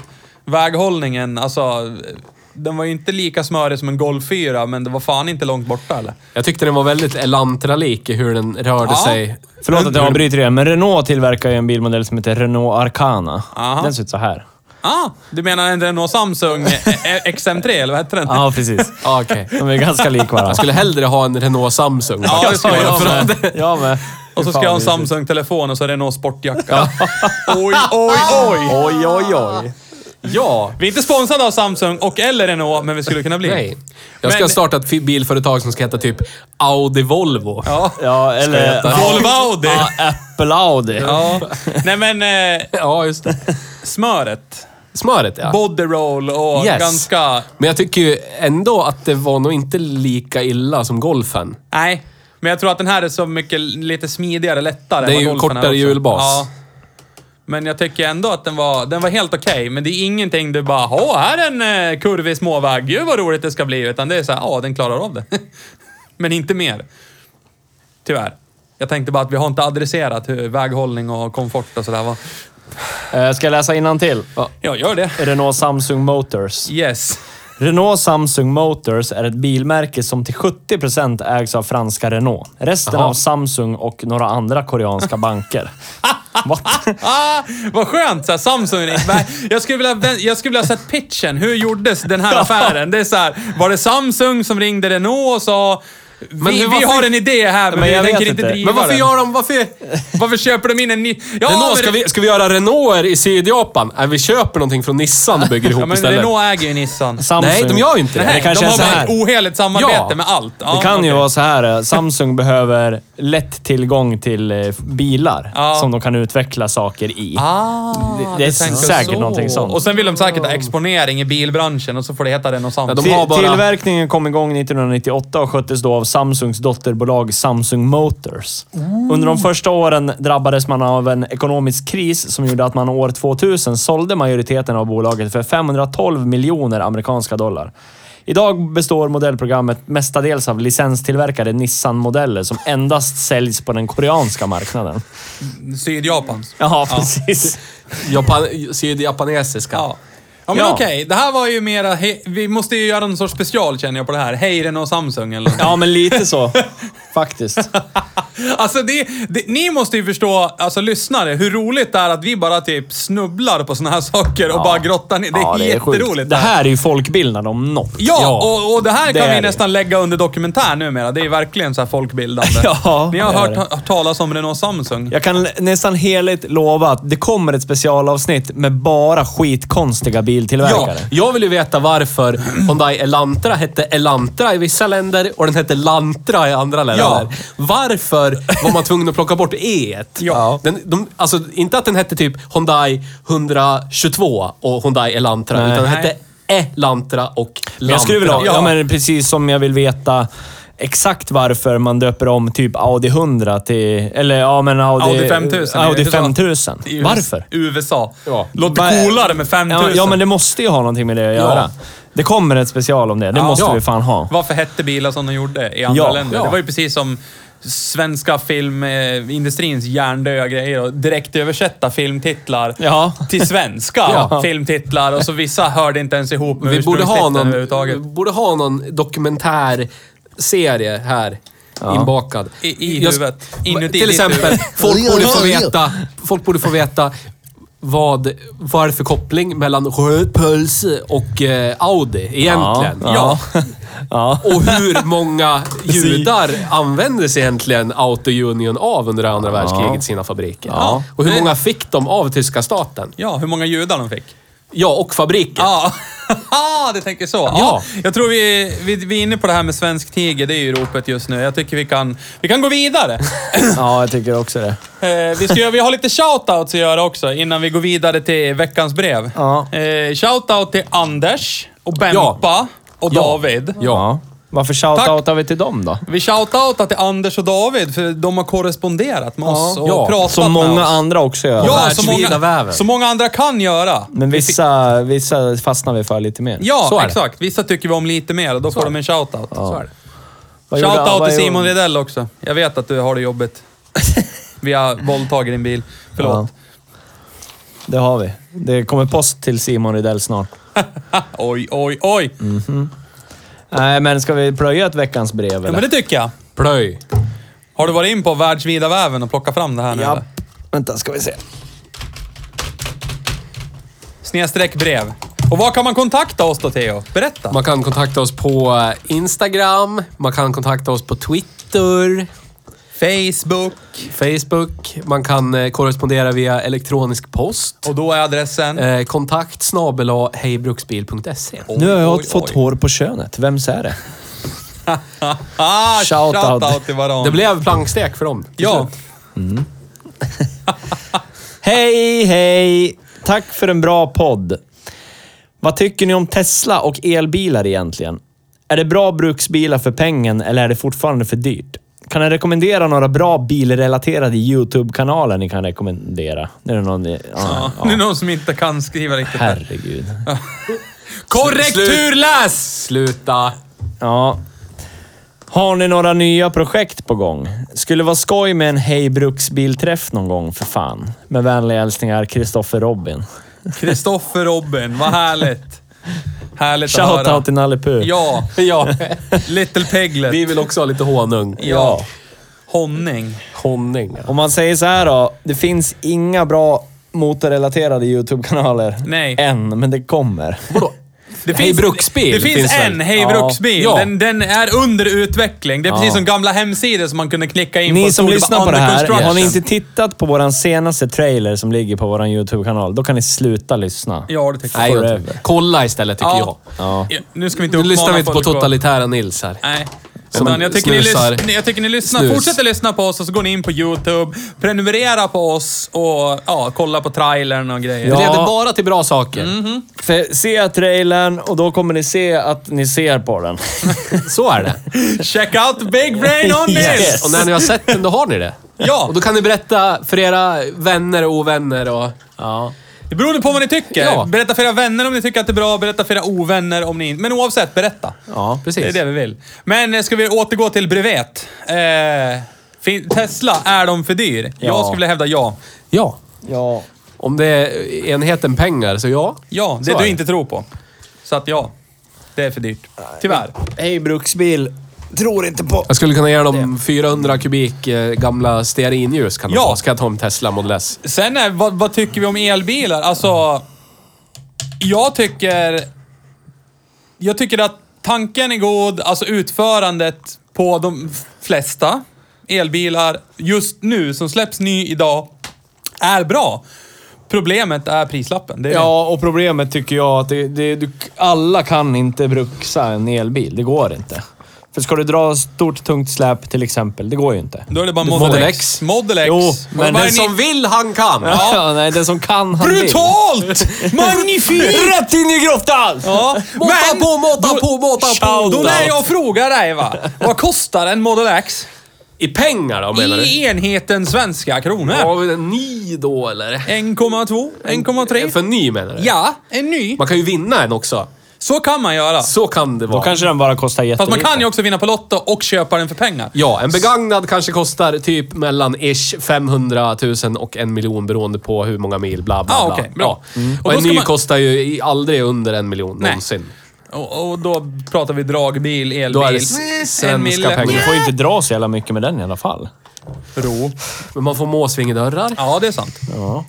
Speaker 2: väghållningen, alltså... eh, Den var ju inte lika smörig som en Golf 4, men det var fan inte långt borta eller?
Speaker 3: Jag tyckte den var väldigt Elantra-lik i hur den rörde
Speaker 2: Ja.
Speaker 3: sig.
Speaker 1: Förlåt att jag avbryter igen, men Renault tillverkar ju en bilmodell som heter Renault Arcana.
Speaker 2: Aha.
Speaker 1: Den ser ut så här.
Speaker 2: Ah, du menar en Renault Samsung eh, eh, XM3, eller vad hette den?
Speaker 1: Ja, precis.
Speaker 3: Ja, okej.
Speaker 1: De är ganska lika varandra.
Speaker 3: Jag skulle hellre ha en Renault Samsung.
Speaker 2: Ja, det ska jag
Speaker 1: jag
Speaker 2: ha.
Speaker 1: med. Jag med.
Speaker 2: Och så ska jag ha en
Speaker 1: Fan, det
Speaker 2: Samsung-telefon och så Renault Sportjacka. Oj, oj, oj!
Speaker 1: är så- Oj, oj, oj.
Speaker 3: ja.
Speaker 2: Vi är inte sponsrade av Samsung och eller Renault, men vi skulle kunna bli.
Speaker 3: Nej. Jag ska
Speaker 2: Men-
Speaker 3: starta ett fi- bilföretag som ska heta typ Audi Volvo.
Speaker 2: Ja.
Speaker 1: Ja, eller...
Speaker 2: Volvo Audi.
Speaker 1: Ja, Apple Audi.
Speaker 2: Ja. Nej men, eh,
Speaker 3: Ja, just det.
Speaker 2: smöret.
Speaker 3: Smöret ja.
Speaker 2: Body roll och
Speaker 3: Yes.
Speaker 2: ganska...
Speaker 3: Men jag tycker ju ändå att det var nog inte lika illa som golfen.
Speaker 2: Nej. Men jag tror att den här är så mycket lite smidigare, lättare.
Speaker 3: Det är
Speaker 2: än
Speaker 3: ju
Speaker 2: vad golfen
Speaker 3: kortare
Speaker 2: också.
Speaker 3: hjulbas.
Speaker 2: Ja. Men jag tycker ändå att den var, den var helt okej. Men det är ingenting du bara åh, här är en eh, kurvig småväg. Gud vad roligt det ska bli. Utan det är så här, ja den klarar av det. men inte mer. Tyvärr. Jag tänkte bara att vi har inte adresserat hur väghållning och komfort och sådär va.
Speaker 1: Eh, Ska jag läsa till?
Speaker 2: Ja, gör det.
Speaker 1: Renault Samsung Motors.
Speaker 2: Yes.
Speaker 1: Renault Samsung Motors är ett bilmärke som till 70% ägs av franska Renault. Resten av Samsung och några andra koreanska banker. What?
Speaker 2: Ah, vad skönt! Så här, Samsung är inte- Nej, jag skulle vilja vä- Jag skulle vilja ha sett pitchen. Hur gjordes den här affären? Det är så här, var det Samsung som ringde Renault och sa vi,
Speaker 3: Men hur-
Speaker 2: vi
Speaker 3: varför-
Speaker 2: har en idé här, men,
Speaker 1: Men jag
Speaker 2: vi tänker
Speaker 1: vet
Speaker 2: inte
Speaker 1: inte.
Speaker 2: driva
Speaker 3: Men varför
Speaker 2: den.
Speaker 3: gör de... Varför...
Speaker 2: Varför köper de in en ny... Ja,
Speaker 3: Renault,
Speaker 2: men-
Speaker 3: ska, vi, ska vi göra Renaulter i Sydjapan? Nej, vi köper någonting från Nissan och bygger ihop
Speaker 2: ja, men
Speaker 3: istället.
Speaker 2: Renault äger ju Nissan.
Speaker 1: Samsung.
Speaker 3: Nej, de gör ju inte det.
Speaker 1: Nej,
Speaker 2: Nej,
Speaker 1: kanske
Speaker 2: de
Speaker 1: är
Speaker 2: har
Speaker 1: så
Speaker 2: bara
Speaker 1: här.
Speaker 2: ett oheligt samarbete
Speaker 3: Ja.
Speaker 2: med allt. Ja,
Speaker 1: Det kan ju
Speaker 2: okej.
Speaker 1: vara så här. eh, Samsung behöver lätt tillgång till eh, bilar
Speaker 2: Ja.
Speaker 1: som de kan utveckla saker i.
Speaker 2: Ah,
Speaker 1: Det- det är
Speaker 2: tänker jag
Speaker 1: säkert någonting sånt.
Speaker 2: Och sen vill de säkert ha exponering i bilbranschen och så får det heta Renault Samsung.
Speaker 3: Ja, de
Speaker 1: Till-
Speaker 3: har bara-
Speaker 1: Tillverkningen kom igång 1998 och sköttes då av Samsungs dotterbolag Samsung Motors. Under de första åren drabbades man av en ekonomisk kris som gjorde att man år 2000 sålde majoriteten av bolaget för 512 miljoner amerikanska dollar. Idag består modellprogrammet mestadels av licenstillverkade Nissan-modeller som endast säljs på den koreanska marknaden.
Speaker 2: Sydjapans.
Speaker 1: Ja, precis.
Speaker 3: Japan, sydjapanesiska.
Speaker 2: Ja. Ja men
Speaker 1: Ja.
Speaker 2: okej, det här var ju mera... He- vi måste ju göra någon sorts special känner jag på det här. Hej Renault Samsung eller något.
Speaker 1: Ja, men lite så. Faktiskt.
Speaker 2: Alltså det, det, ni måste ju förstå, alltså lyssnare, hur roligt det är att vi bara typ snubblar på såna här saker och bara grottar ner. Det är
Speaker 1: Ja, sjukt.
Speaker 2: jätteroligt.
Speaker 1: Det här är ju folkbildande om något.
Speaker 2: Ja, Och, och det här
Speaker 1: det
Speaker 2: kan
Speaker 1: är
Speaker 2: vi
Speaker 1: det.
Speaker 2: nästan lägga under dokumentär numera. Det är verkligen så här folkbildande.
Speaker 1: Ja,
Speaker 2: ni har
Speaker 1: det är
Speaker 2: hört,
Speaker 1: det.
Speaker 2: hört talas om Renault Samsung.
Speaker 1: Jag kan nästan heligt lova att det kommer ett specialavsnitt med bara skitkonstiga
Speaker 3: Ja,
Speaker 1: biltillverkare.
Speaker 3: jag vill ju veta varför Hyundai Elantra hette Elantra i vissa länder och den hette Lantra i andra länder.
Speaker 2: Ja.
Speaker 3: Varför var man tvungen att plocka bort E?
Speaker 2: Ja.
Speaker 3: Den, de, alltså, inte att den hette typ Hyundai 122 och Hyundai Elantra,
Speaker 1: Nej.
Speaker 3: utan den hette Elantra och Lantra.
Speaker 1: Men jag skulle vilja ha, ja.
Speaker 2: Ja.
Speaker 1: men precis som jag vill veta exakt varför man döper om typ Audi 100 till... Eller ja, men Audi...
Speaker 2: Audi 5000.
Speaker 1: Audi
Speaker 2: är det så?
Speaker 1: 5000.
Speaker 2: I US-
Speaker 1: Varför?
Speaker 2: USA.
Speaker 3: Ja.
Speaker 2: Låter coolare med 5000.
Speaker 1: Ja, ja, men det måste ju ha någonting med det att göra. Det kommer ett special om det. Det
Speaker 2: Ja.
Speaker 1: måste
Speaker 2: Ja.
Speaker 1: vi fan ha.
Speaker 2: Varför hette bilar som de gjorde i andra
Speaker 1: Ja,
Speaker 2: länder?
Speaker 1: ja.
Speaker 2: Det var ju precis som svenska filmindustrins hjärndöda grejer och direktöversätta filmtitlar
Speaker 1: Ja.
Speaker 2: till svenska
Speaker 1: Ja.
Speaker 2: filmtitlar och så vissa hörde inte ens ihop med
Speaker 3: Vi borde ha,
Speaker 2: ursprungstiteln
Speaker 3: någon,
Speaker 2: överhuvudtaget.
Speaker 3: vi borde ha någon dokumentärserie här. Inbakad.
Speaker 2: I- i
Speaker 3: Jag-
Speaker 2: huvudet. Inuti
Speaker 3: Till
Speaker 2: ditt
Speaker 3: exempel,
Speaker 2: huvud.
Speaker 3: folk borde, få veta, folk borde få veta vad, vad är det för koppling mellan röd pölse och eh, Audi egentligen?
Speaker 1: Ja. Ja.
Speaker 3: Och hur många judar använde sig egentligen Auto Union av under andra världskriget i sina fabriker?
Speaker 1: Ja.
Speaker 3: Och hur många fick de av tyska staten?
Speaker 2: Ja, hur många judar de fick.
Speaker 3: Ja, och fabriken.
Speaker 2: Ja, ah, det tänker så. Ja.
Speaker 3: Ja.
Speaker 2: Jag tror vi, vi, vi är inne på det här med svensk tiger, det är ju ropet just nu. Jag tycker vi kan, vi kan gå vidare.
Speaker 1: ja, jag tycker också det.
Speaker 2: Eh, vi, ska, göra- vi har lite shoutouts att göra också innan vi går vidare till veckans brev.
Speaker 1: Ja.
Speaker 2: Eh, shoutout till Anders och Bempa och
Speaker 3: Ja.
Speaker 2: David.
Speaker 1: Ja. Varför shoutoutar vi till dem då?
Speaker 2: Vi shoutoutar till Anders och David för de har korresponderat med oss och
Speaker 3: Ja,
Speaker 2: pratat
Speaker 1: Som många
Speaker 2: med oss.
Speaker 1: andra också gör.
Speaker 2: Ja, som
Speaker 3: Världsvida
Speaker 2: många,
Speaker 3: väven.
Speaker 2: som många andra kan göra.
Speaker 1: Men vissa, vissa fastnar vi för lite mer.
Speaker 2: Ja,
Speaker 3: Så är det.
Speaker 2: exakt. Vissa tycker vi om lite mer och då får de en shoutout.
Speaker 3: Så är det.
Speaker 1: Vad gjorde-
Speaker 2: Shoutout
Speaker 1: vad
Speaker 2: till
Speaker 1: gjorde-
Speaker 2: Simon Redell också. Jag vet att du har det jobbigt. Vi har våldtagit din bil. Förlåt.
Speaker 1: Det har vi. Det kommer post till Simon Rydell snart.
Speaker 2: Oj, oj, oj.
Speaker 1: Mm. Nej, men ska vi plöja ett veckans brev
Speaker 2: Ja,
Speaker 1: eller?
Speaker 2: men det tycker jag.
Speaker 3: Plöj.
Speaker 2: Har du varit in på världsvida väven och plockat fram det här nu
Speaker 1: Japp.
Speaker 2: eller?
Speaker 1: Vänta, ska vi se.
Speaker 2: Snedstreck brev. Och var kan man kontakta oss då, Theo? Berätta.
Speaker 3: Man kan kontakta oss på eh, Instagram, man kan kontakta oss på Twitter,
Speaker 2: Facebook.
Speaker 3: Facebook, man kan eh, korrespondera via elektronisk post.
Speaker 2: Och då är adressen...
Speaker 3: Eh, kontakt snabel a hejbruksbil.se.
Speaker 1: Nu har jag
Speaker 2: Oj, oj,
Speaker 1: fått
Speaker 2: oj.
Speaker 1: hår på könet. Vems är det?
Speaker 2: Ah, shoutout.
Speaker 1: Shoutout.
Speaker 2: till varandra.
Speaker 3: Det blev plankstek för dem. till
Speaker 2: Ja.
Speaker 3: slut.
Speaker 1: Hej, hej! Tack för en bra podd. Vad tycker ni om Tesla och elbilar egentligen? Är det bra bruksbilar för pengen eller är det fortfarande för dyrt? Kan ni rekommendera några bra bilrelaterade YouTube-kanaler ni kan rekommendera? Nu är det någon... Ja, ja.
Speaker 2: Det är någon som inte kan skriva riktigt. här.
Speaker 1: Herregud.
Speaker 2: Korrekturläs!
Speaker 3: Sluta.
Speaker 1: Ja. Har ni några nya projekt på gång? Skulle vara skoj med en Hej Bruksbilträff någon gång för fan. Med vänliga hälsningar Kristoffer Robin.
Speaker 2: Kristoffer Robin, vad härligt. Härligt att höra.
Speaker 1: Shoutout till Nalle Puh.
Speaker 2: Ja,
Speaker 3: Ja.
Speaker 2: Little Peglet.
Speaker 3: Vi vill också ha lite honung.
Speaker 2: Ja. Honning.
Speaker 3: Honung.
Speaker 1: Om man säger så här då. Det finns inga bra motorrelaterade YouTube-kanaler.
Speaker 2: Nej.
Speaker 1: Än, men det kommer.
Speaker 3: Vadå?
Speaker 2: Det
Speaker 3: Hej Bruksbil
Speaker 2: Det finns,
Speaker 3: finns väl?
Speaker 2: en Hej
Speaker 1: Ja.
Speaker 2: Bruksbil.
Speaker 3: Ja.
Speaker 2: Den, den är under utveckling. Det är precis som gamla hemsidor som man kunde klicka in på.
Speaker 1: Ni som
Speaker 2: stod
Speaker 1: lyssnar
Speaker 2: bara
Speaker 1: på det
Speaker 2: under
Speaker 1: här, har
Speaker 2: construction.
Speaker 1: ni inte tittat på vår senaste trailer som ligger på vår YouTube-kanal, då kan ni sluta lyssna.
Speaker 2: Ja, det tycker
Speaker 3: Nej,
Speaker 2: jag.
Speaker 3: jag tycker- Kolla istället tycker
Speaker 2: Ja.
Speaker 3: jag.
Speaker 1: Ja.
Speaker 2: Ja, Nu ska vi inte
Speaker 3: Nu lyssnar vi inte på
Speaker 2: folk att-
Speaker 3: totalitära Nils här.
Speaker 2: Nej.
Speaker 3: Som
Speaker 2: Utan jag, tycker ni
Speaker 3: snusar.
Speaker 2: lys- ni- jag tycker ni lyssnar.
Speaker 3: Snus.
Speaker 2: Fortsätter lyssna på oss och så går ni in på YouTube, prenumerera på oss och ja, kolla på trailern och grejer.
Speaker 3: Det
Speaker 1: Ja.
Speaker 3: leder bara till bra saker.
Speaker 2: Mhm.
Speaker 1: För se trailern och då kommer ni se att ni ser på den.
Speaker 3: Så är det.
Speaker 2: Check out the big brain on this!
Speaker 1: Yes.
Speaker 3: Och när ni har sett den, då har ni det.
Speaker 2: Ja.
Speaker 3: Och då kan ni berätta för era vänner och ovänner och...
Speaker 1: Ja.
Speaker 2: Det beror på vad ni tycker.
Speaker 3: Ja.
Speaker 2: Berätta för era vänner om ni tycker att det är bra, berätta för era ovänner om ni inte... Men oavsett, berätta.
Speaker 3: Ja, precis.
Speaker 2: Det är det vi vill. Men eh, ska vi återgå till brevet? Eh, fin- Tesla, är de för dyr? Jag skulle vilja hävda ja.
Speaker 3: Ja.
Speaker 1: Ja.
Speaker 3: Om det är enheten pengar, så ja.
Speaker 2: Ja, det
Speaker 3: Så är
Speaker 2: du
Speaker 3: det.
Speaker 2: inte tror på. Så att ja, det är för dyrt. Tyvärr.
Speaker 1: Hej Bruksbil. Tror inte på...
Speaker 3: Jag skulle kunna ge dem 400 kubik eh, gamla stearinljus. Kan de
Speaker 2: Ja.
Speaker 3: få. Ska jag ta en Tesla Model S?
Speaker 2: Sen är, vad, vad tycker vi om elbilar? Alltså, jag tycker... Jag tycker att tanken är god, alltså utförandet på de flesta elbilar just nu, som släpps ny idag, är bra. Problemet är prislappen. Det är
Speaker 1: Ja, och problemet tycker jag att det, det, du, alla kan inte bruxa en elbil. Det går inte. För ska du dra stort, tungt släp till exempel, det går ju inte.
Speaker 2: Då är det bara
Speaker 3: Model
Speaker 2: Model, X.
Speaker 3: X.
Speaker 2: Model X.
Speaker 1: Jo,
Speaker 2: men
Speaker 1: men
Speaker 2: vad är
Speaker 3: Den
Speaker 2: ni-
Speaker 3: som vill, han kan!
Speaker 1: Ja, nej, den som kan han vill.
Speaker 2: Brutalt! Magnifikt!
Speaker 1: Rätt in i grottan!
Speaker 2: Ja,
Speaker 3: Måtta
Speaker 2: men-
Speaker 3: på, måtta
Speaker 2: då-
Speaker 3: på, måtta på!
Speaker 2: Ciao, Då när jag frågar dig va, vad kostar en Model X?
Speaker 3: I pengar då, menar du?
Speaker 2: I enheten svenska
Speaker 3: Har
Speaker 2: kronor.
Speaker 3: vi en ny då, eller?
Speaker 2: 1,2, 1,3.
Speaker 3: För en ny, menar du?
Speaker 2: Ja, en ny.
Speaker 3: Mm. Man kan ju vinna en också.
Speaker 2: Så kan man göra.
Speaker 3: Så kan det vara.
Speaker 1: Då kanske den bara kostar
Speaker 2: Fast
Speaker 1: jättelite.
Speaker 2: man kan ju också vinna på Lotto och köpa den för pengar.
Speaker 3: Ja, en begagnad kanske kostar typ mellan ish 500 000 och en miljon beroende på hur många mil, bla bla
Speaker 2: Ah,
Speaker 3: bla.
Speaker 2: okej, bra.
Speaker 3: Ja.
Speaker 2: Mm. Och
Speaker 3: Och
Speaker 2: då
Speaker 3: en
Speaker 2: ska
Speaker 3: ny
Speaker 2: man-
Speaker 3: kostar ju i- aldrig under en miljon
Speaker 2: Nej.
Speaker 3: någonsin.
Speaker 2: Och, och då pratar vi dragbil, elbil.
Speaker 3: Då är det svenska
Speaker 2: En mille.
Speaker 1: Men du
Speaker 3: pengar.
Speaker 1: får ju inte dra så jävla mycket med den i alla fall.
Speaker 2: Bro.
Speaker 3: Men man får måsvingedörrar.
Speaker 2: Ja, Mm. det är sant.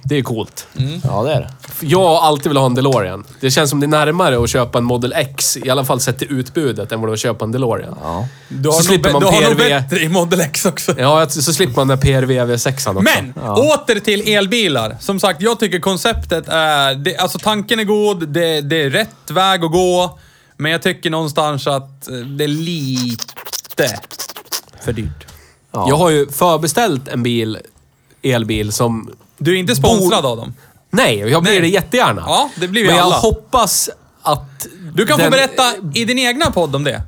Speaker 3: Det är coolt.
Speaker 1: Ja, det är det.
Speaker 3: Jag har alltid velat ha en DeLorean. Det känns som det är närmare att köpa en Model X, i alla fall sett till utbudet, än vad det är att köpa en DeLorean.
Speaker 1: Ja.
Speaker 2: Du
Speaker 3: Så
Speaker 2: har, nog,
Speaker 3: slipper
Speaker 2: bä-
Speaker 3: man
Speaker 2: du har nog
Speaker 3: PRV.
Speaker 2: bättre i Model X också.
Speaker 3: Ja, jag- så slipper man den där PRV V6an också.
Speaker 2: Men åter till elbilar. Som sagt, jag tycker konceptet är... Det, alltså tanken är god, det, det är rätt väg att gå. Men jag tycker någonstans att eh, det är lite för dyrt.
Speaker 3: Jag har ju förbeställt en bil, elbil, som...
Speaker 2: Du är inte sponsrad av dem.
Speaker 3: Nej, jag blir
Speaker 2: Nej.
Speaker 3: det jättegärna.
Speaker 2: Ja, det blir vi
Speaker 3: Men jag
Speaker 2: alla.
Speaker 3: hoppas att...
Speaker 2: Du kan få
Speaker 3: den-
Speaker 2: berätta i din egna podd om det.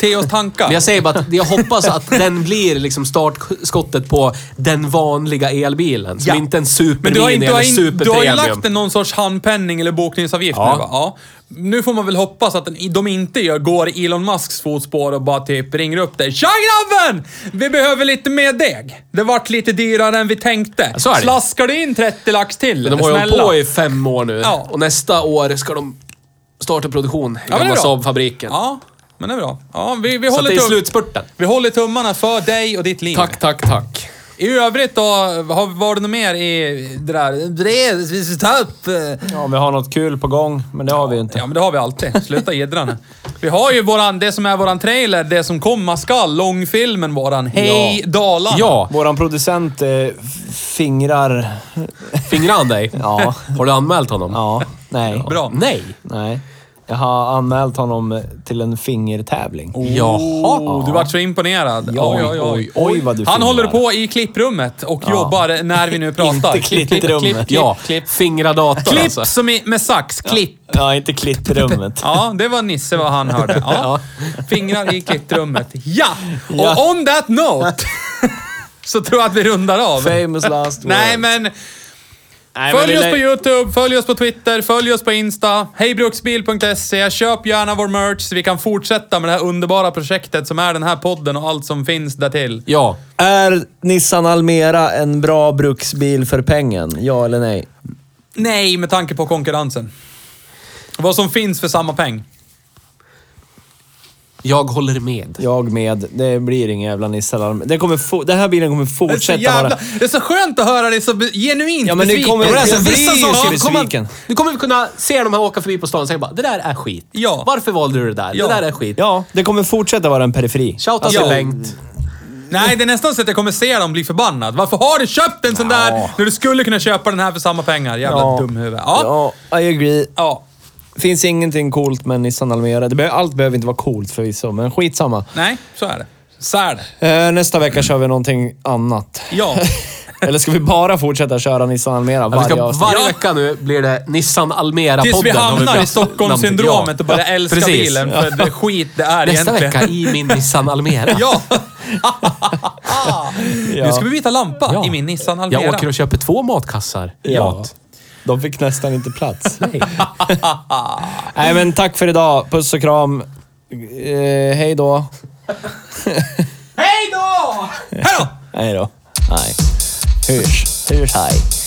Speaker 2: Theos tankar.
Speaker 3: Men jag säger bara att jag hoppas att den blir liksom startskottet på den vanliga elbilen. Som
Speaker 2: Ja.
Speaker 3: inte en
Speaker 2: Men du har,
Speaker 3: supermini
Speaker 2: inte, du,
Speaker 3: eller
Speaker 2: har in, du har ju
Speaker 3: superpremium.
Speaker 2: lagt en någon sorts handpenning eller bokningsavgift
Speaker 3: Ja.
Speaker 2: nu va? Ja. Nu får man väl hoppas att den, de inte gör, går i Elon Musks fotspår och bara typ ringer upp dig. Tja grabben! Vi behöver lite mer deg. Det vart lite dyrare än vi tänkte.
Speaker 3: så är det.
Speaker 2: Slaskar du in 30 lax till?
Speaker 3: Men de har ju hållit
Speaker 2: Snälla.
Speaker 3: på i fem år nu.
Speaker 2: Ja.
Speaker 3: Och nästa år ska de starta produktion i
Speaker 2: men det är
Speaker 3: gamla
Speaker 2: bra.
Speaker 3: Saab-fabriken.
Speaker 2: Ja, men det är bra. Ja, vi, vi,
Speaker 3: Så att
Speaker 2: håller
Speaker 3: det är
Speaker 2: tum-
Speaker 3: slutspurten.
Speaker 2: vi håller tummarna för dig och ditt liv.
Speaker 3: Tack, tack, tack.
Speaker 2: I övrigt då, har, var det något mer i det där? Det- Ta upp... eh,
Speaker 1: Ja, vi har något kul på gång, men det har vi inte.
Speaker 2: Ja, men det har vi alltid. Sluta jiddra nu. Vi har ju våran, det som är våran trailer, det som komma skall, långfilmen våran. Hej
Speaker 1: Ja.
Speaker 2: Dalarna!
Speaker 3: Ja,
Speaker 1: Våran producent eh, f- fingrar...
Speaker 3: fingrar han dig?
Speaker 1: Ja.
Speaker 3: Har du anmält honom?
Speaker 1: Ja. Nej.
Speaker 2: Bra.
Speaker 3: Nej.
Speaker 1: Nej. Jag har anmält honom till en fingertävling.
Speaker 2: Oh. Jaha, du vart så imponerad. Oj, oj, oj.
Speaker 1: Oj, vad du
Speaker 2: Han
Speaker 1: fingrar.
Speaker 2: håller på i klipprummet och jobbar när vi nu pratar.
Speaker 1: Inte klittrummet.
Speaker 3: Ja, fingra datorn
Speaker 2: Klipp
Speaker 3: alltså.
Speaker 2: som i, med sax. Klipp.
Speaker 1: Ja, inte klittrummet.
Speaker 2: Ja, det var Nisse vad han hörde. Ja. Fingrar i klipprummet. Ja! Och on that note så tror jag att vi rundar av.
Speaker 1: Famous last word.
Speaker 2: Nej, men
Speaker 1: Nej, men
Speaker 2: följ
Speaker 1: vi
Speaker 2: oss
Speaker 1: lä-
Speaker 2: på YouTube, följ oss på Twitter, följ oss på Insta. Hejbruksbil.se. Köp gärna vår merch så vi kan fortsätta med det här underbara projektet som är den här podden och allt som finns därtill.
Speaker 3: Ja.
Speaker 1: Är Nissan Almera en bra bruksbil för pengen? Ja eller nej?
Speaker 2: Nej, med tanke på konkurrensen. Vad som finns för samma peng.
Speaker 3: Jag håller med.
Speaker 1: Jag med. Det blir ingen jävla Nissan Almera. Den, kommer fo- den här bilen kommer
Speaker 2: Det är, så
Speaker 1: fortsätta
Speaker 2: jävla,
Speaker 1: vara...
Speaker 2: det är så skönt att höra dig så be- genuint
Speaker 1: Ja, men det
Speaker 2: besviken.
Speaker 1: kommer-
Speaker 2: Och det är så
Speaker 1: Jag
Speaker 2: vissa
Speaker 1: blir
Speaker 2: saker-
Speaker 1: ju besviken.
Speaker 3: Du kommer kunna se de här åka förbi på stan och säga bara, det där är skit.
Speaker 2: Ja.
Speaker 3: Varför valde du det där?
Speaker 2: Ja.
Speaker 3: Det där är skit.
Speaker 1: Ja, det kommer fortsätta vara en periferi. Alltså,
Speaker 3: Shoutout
Speaker 2: Ja.
Speaker 3: till Bengt.
Speaker 2: Nej, det är nästan så att jag kommer se dem bli förbannad. Varför har du köpt en sån där när du skulle kunna köpa den här för samma pengar? Jävla dumhuvud. Ja.
Speaker 1: Ja, I agree.
Speaker 2: ja.
Speaker 1: Finns ingenting coolt med Nissan Almera. Det be- allt behöver inte vara coolt förvisso, men skitsamma.
Speaker 2: Nej, så är det. Så är det.
Speaker 1: Eh, nästa vecka kör vi någonting annat.
Speaker 2: Ja.
Speaker 1: Eller ska vi bara fortsätta köra Nissan Almera
Speaker 3: Vi
Speaker 1: varje
Speaker 3: ska,
Speaker 1: avsnitt?
Speaker 3: varje
Speaker 2: Ja.
Speaker 3: vecka nu blir det Nissan Almera-podden.
Speaker 2: Tills vi
Speaker 3: har
Speaker 2: hamnar i
Speaker 3: bestämt namn
Speaker 2: Stockholmssyndromet
Speaker 3: till.
Speaker 2: och börjar
Speaker 3: Ja,
Speaker 2: älska
Speaker 3: precis.
Speaker 2: bilen för det skit det är
Speaker 3: Nästa
Speaker 2: egentligen.
Speaker 3: vecka i min Nissan Almera.
Speaker 2: Ja. Nu ska vi
Speaker 1: ja.
Speaker 2: byta lampa
Speaker 3: Ja.
Speaker 2: i min Nissan Almera.
Speaker 3: Jag åker och köper två matkassar.
Speaker 1: ja. De fick nästan inte plats. Nej. Nej, men tack för idag. Puss och kram. Eh, hej då.
Speaker 2: Hej då! Hej då!
Speaker 1: Hej då. Nej. Hörs. Hörs. Hej.